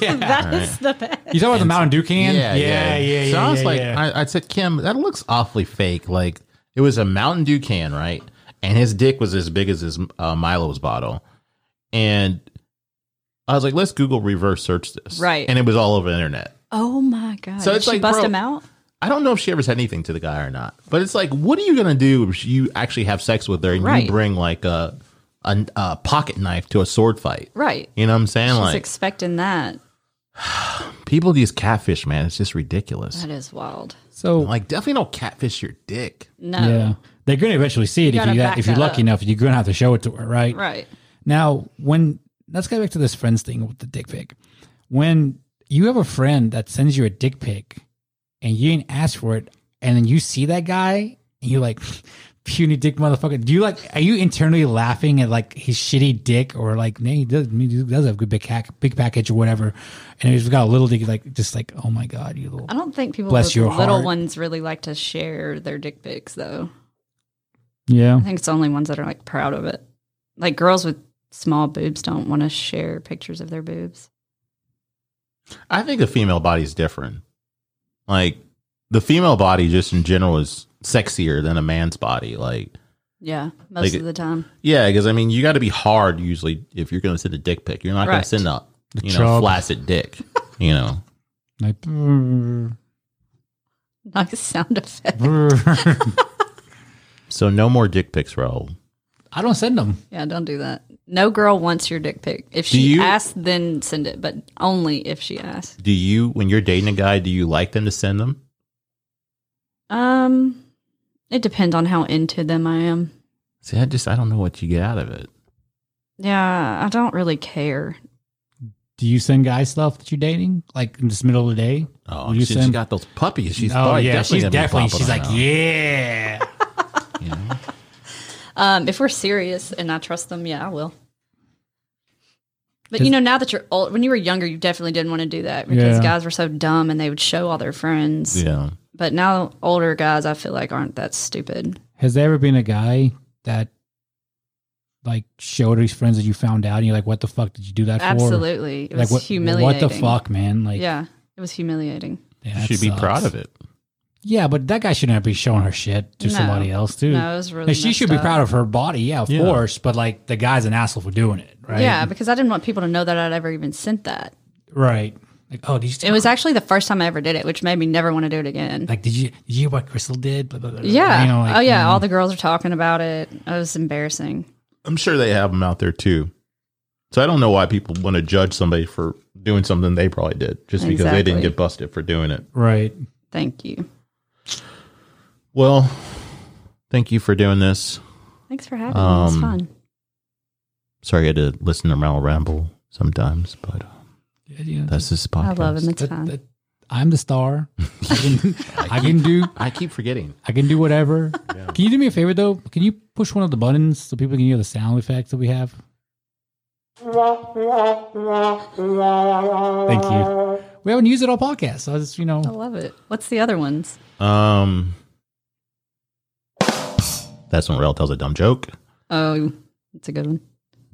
S2: yeah.
S3: That is the best.
S2: You talking about the Mountain Dew can? yeah.
S1: So I was like,
S2: yeah.
S1: I, I said, Kim, that looks awfully fake. Like it was a Mountain Dew can, right? And his dick was as big as his uh, Milo's bottle. And I was like, let's Google reverse search this,
S3: Right.
S1: And it was all over the internet.
S3: Oh my god!
S1: So
S3: Did
S1: it's
S3: she
S1: like,
S3: bust
S1: bro-
S3: him out.
S1: I don't know if she ever said anything to the guy or not, but it's like, what are you gonna do if you actually have sex with her and
S3: Right.
S1: you bring like a, a a pocket knife to a sword fight?
S3: Right.
S1: You know what I'm saying?
S3: She's
S1: like
S3: expecting that.
S1: people these catfish, man. It's just ridiculous.
S3: That is wild.
S2: so,
S1: Like oh. definitely don't catfish your dick.
S3: No.
S2: Yeah, they're going to eventually see it
S3: You
S2: if
S3: gotta
S2: you
S3: back
S2: if you're
S3: that
S2: lucky
S3: up.
S2: enough. You're going to have to show it to her, right?
S3: Right.
S2: Now, when let's go back to this friends thing with the dick pic. When you have a friend that sends you a dick pic and you didn't ask for it, and then you see that guy and you're like, puny dick motherfucker. Do you like? Are you internally laughing at like his shitty dick or like, man, he does, he does have a good big hack, big package or whatever, and he's got a little dick, you're like just like, oh my god, you little.
S3: I don't think people
S2: Bless
S3: with
S2: your
S3: little
S2: heart.
S3: ones really like to share their dick pics though.
S2: Yeah,
S3: I think it's the only ones that are like proud of it. Like girls with small boobs don't want to share pictures of their boobs.
S1: I think the female body is different. Like the female body, just in general, is sexier than a man's body. Like,
S3: Yeah, most
S1: Like-
S3: of the time.
S1: yeah, because I mean, you got to be hard usually if you're going to send a dick pic. You're not going
S3: Right.
S1: to send a
S2: The
S1: you know
S2: chub.
S1: flaccid dick. You know,
S2: like. brr,
S3: Nice sound effect.
S2: brr.
S1: so no more dick pics, Raul.
S2: I don't send them.
S3: Yeah, don't do that. No girl wants your dick pic. If
S1: Do
S3: she
S1: you-
S3: asks, then send it, but only if she asks.
S1: Do you, when you're dating a guy, do you like them to send them?
S3: Um, it depends on how into them I am.
S1: See, I just I don't know what you get out of it.
S3: Yeah, I don't really care.
S2: Do you send guys stuff that you're dating, like in this middle of the day?
S1: Oh,
S2: Will you
S1: she, she
S2: send-
S1: got those puppies. She's
S2: oh
S1: probably
S2: yeah,
S1: definitely
S2: she's
S1: gonna be
S2: definitely.
S1: popping
S2: She's
S1: them
S2: like,
S1: out.
S2: yeah.
S1: You know?
S3: Um, if we're serious and I trust them, yeah, I will. But you know, now that you're old, when you were younger, you definitely didn't want to do that because
S2: Yeah.
S3: guys were so dumb and they would show all their friends.
S1: Yeah.
S3: But now, older guys, I feel like aren't that stupid.
S2: Has there ever been a guy that like showed his friends that you found out, and you're like, "What the fuck did you do that for?"
S3: Absolutely, it
S2: Like
S3: was
S2: what?
S3: humiliating.
S2: What the fuck, man? Like,
S3: Yeah, it was humiliating.
S2: yeah,
S1: You
S2: that
S1: should be
S2: sucks.
S1: proud of it.
S2: Yeah, but that guy shouldn't be showing her shit to
S3: No.
S2: somebody else, too.
S3: No, it was really.
S2: Like, she should be proud of her body, yeah, of
S1: Yeah.
S2: course. But like, the guy's an asshole for doing it, right?
S3: Yeah, because I didn't want people to know that I'd ever even sent that.
S2: right. Like, oh, did you?
S3: It was actually the first time I ever did it, which made me never want to do it again.
S2: like, did you? Did you hear what Crystal did? Blah, blah, blah, blah.
S3: yeah.
S2: You know, like,
S3: oh yeah.
S2: you know,
S3: All the girls are talking about it. It was embarrassing.
S1: I'm sure they have them out there too. So I don't know why people want to judge somebody for doing something they probably did just because they didn't
S3: Exactly.
S1: get busted for doing it.
S2: right.
S3: Thank you.
S1: Well, thank you for doing this.
S3: Thanks for having me. It was
S1: Um,
S3: fun.
S1: Sorry I had to listen to Mal ramble sometimes, but uh,
S2: Yeah, you know,
S1: that's this podcast.
S3: I love him. It's
S2: that-
S3: fun.
S2: that- I'm the star. I can, I can do.
S1: I keep forgetting.
S2: I can do whatever. Can you do me a favor though? Can you push one of the buttons so people can hear the sound effects that we have? Thank you. We haven't used it all podcast, so I just you
S3: I
S2: know
S3: love it. What's the other ones?
S1: Um, that's when Rel tells a dumb joke. I
S3: Oh, it's a good one.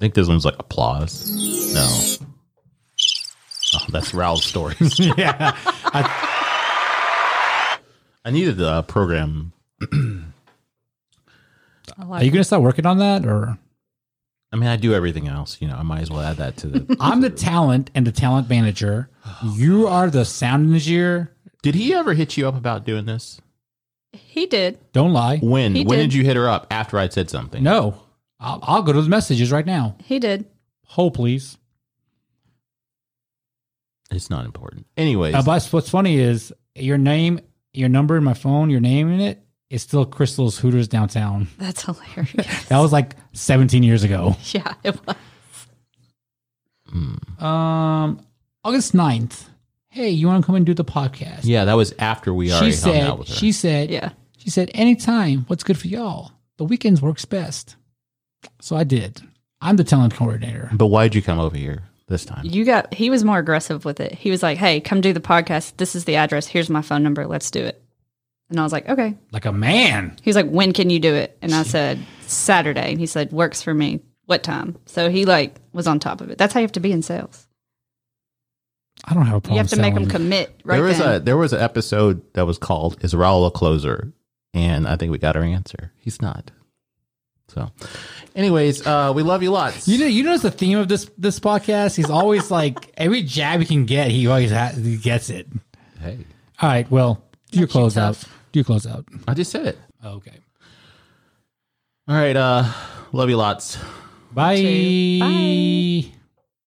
S1: think this one's like applause. No. Oh, that's Ral's stories.
S2: yeah.
S1: I needed the uh, program.
S3: I
S2: Are
S3: like
S2: you gonna start working on that or?
S1: I mean, I do everything else. You know, I might as well add that to the.
S2: I'm the talent and the talent manager. You are the sound engineer.
S1: Did he ever hit you up about doing this?
S3: He did.
S2: Don't lie.
S1: When?
S3: He
S1: when did.
S3: did.
S1: you hit her up? After I'd said something?
S2: No, I'll, I'll go to the messages right now.
S3: He did.
S2: Hold, please.
S1: It's not important. Anyways,
S2: Uh, but what's funny is your name, your number in my phone, your name in it is still Crystal's Hooters downtown.
S3: That's hilarious.
S2: That was like 17 years ago.
S3: yeah, it was.
S2: Um, August 9th. Hey, you want to come and do the podcast?
S1: yeah, that was after we
S2: she
S1: already hung out
S2: said.
S1: with her.
S2: She said.
S3: Yeah.
S2: She said, anytime, what's good for y'all? The weekends works best. So I did. I'm the talent coordinator.
S1: but why'd you come over here this time?
S3: You got he was more aggressive with it. He was like, "Hey, come do the podcast. This is the address. Here's my phone number. Let's do it." And I was like, "Okay."
S2: Like a man.
S3: He's like, "When can you do it?" And I said, "Saturday." And he said, "Works for me. What time?" So he like was on top of it. That's how you have to be in sales.
S2: I don't have a problem.
S3: You have to make them
S2: selling.
S3: commit right
S1: there was
S3: then.
S1: a there was an episode that was called "Is Raul a Closer?" and I think we got our answer. He's not. So, anyways, uh, we love you lots.
S2: You know, you notice the theme of this this podcast. He's always like every jab he can get, he always ha- he gets it.
S1: hey,
S2: All right, well, do your
S3: Makes you
S2: close out.
S3: tough.
S2: Do your close out.
S1: I just said it.
S2: Okay.
S1: All right, uh, love you lots.
S2: Bye.
S3: Two.
S2: Bye.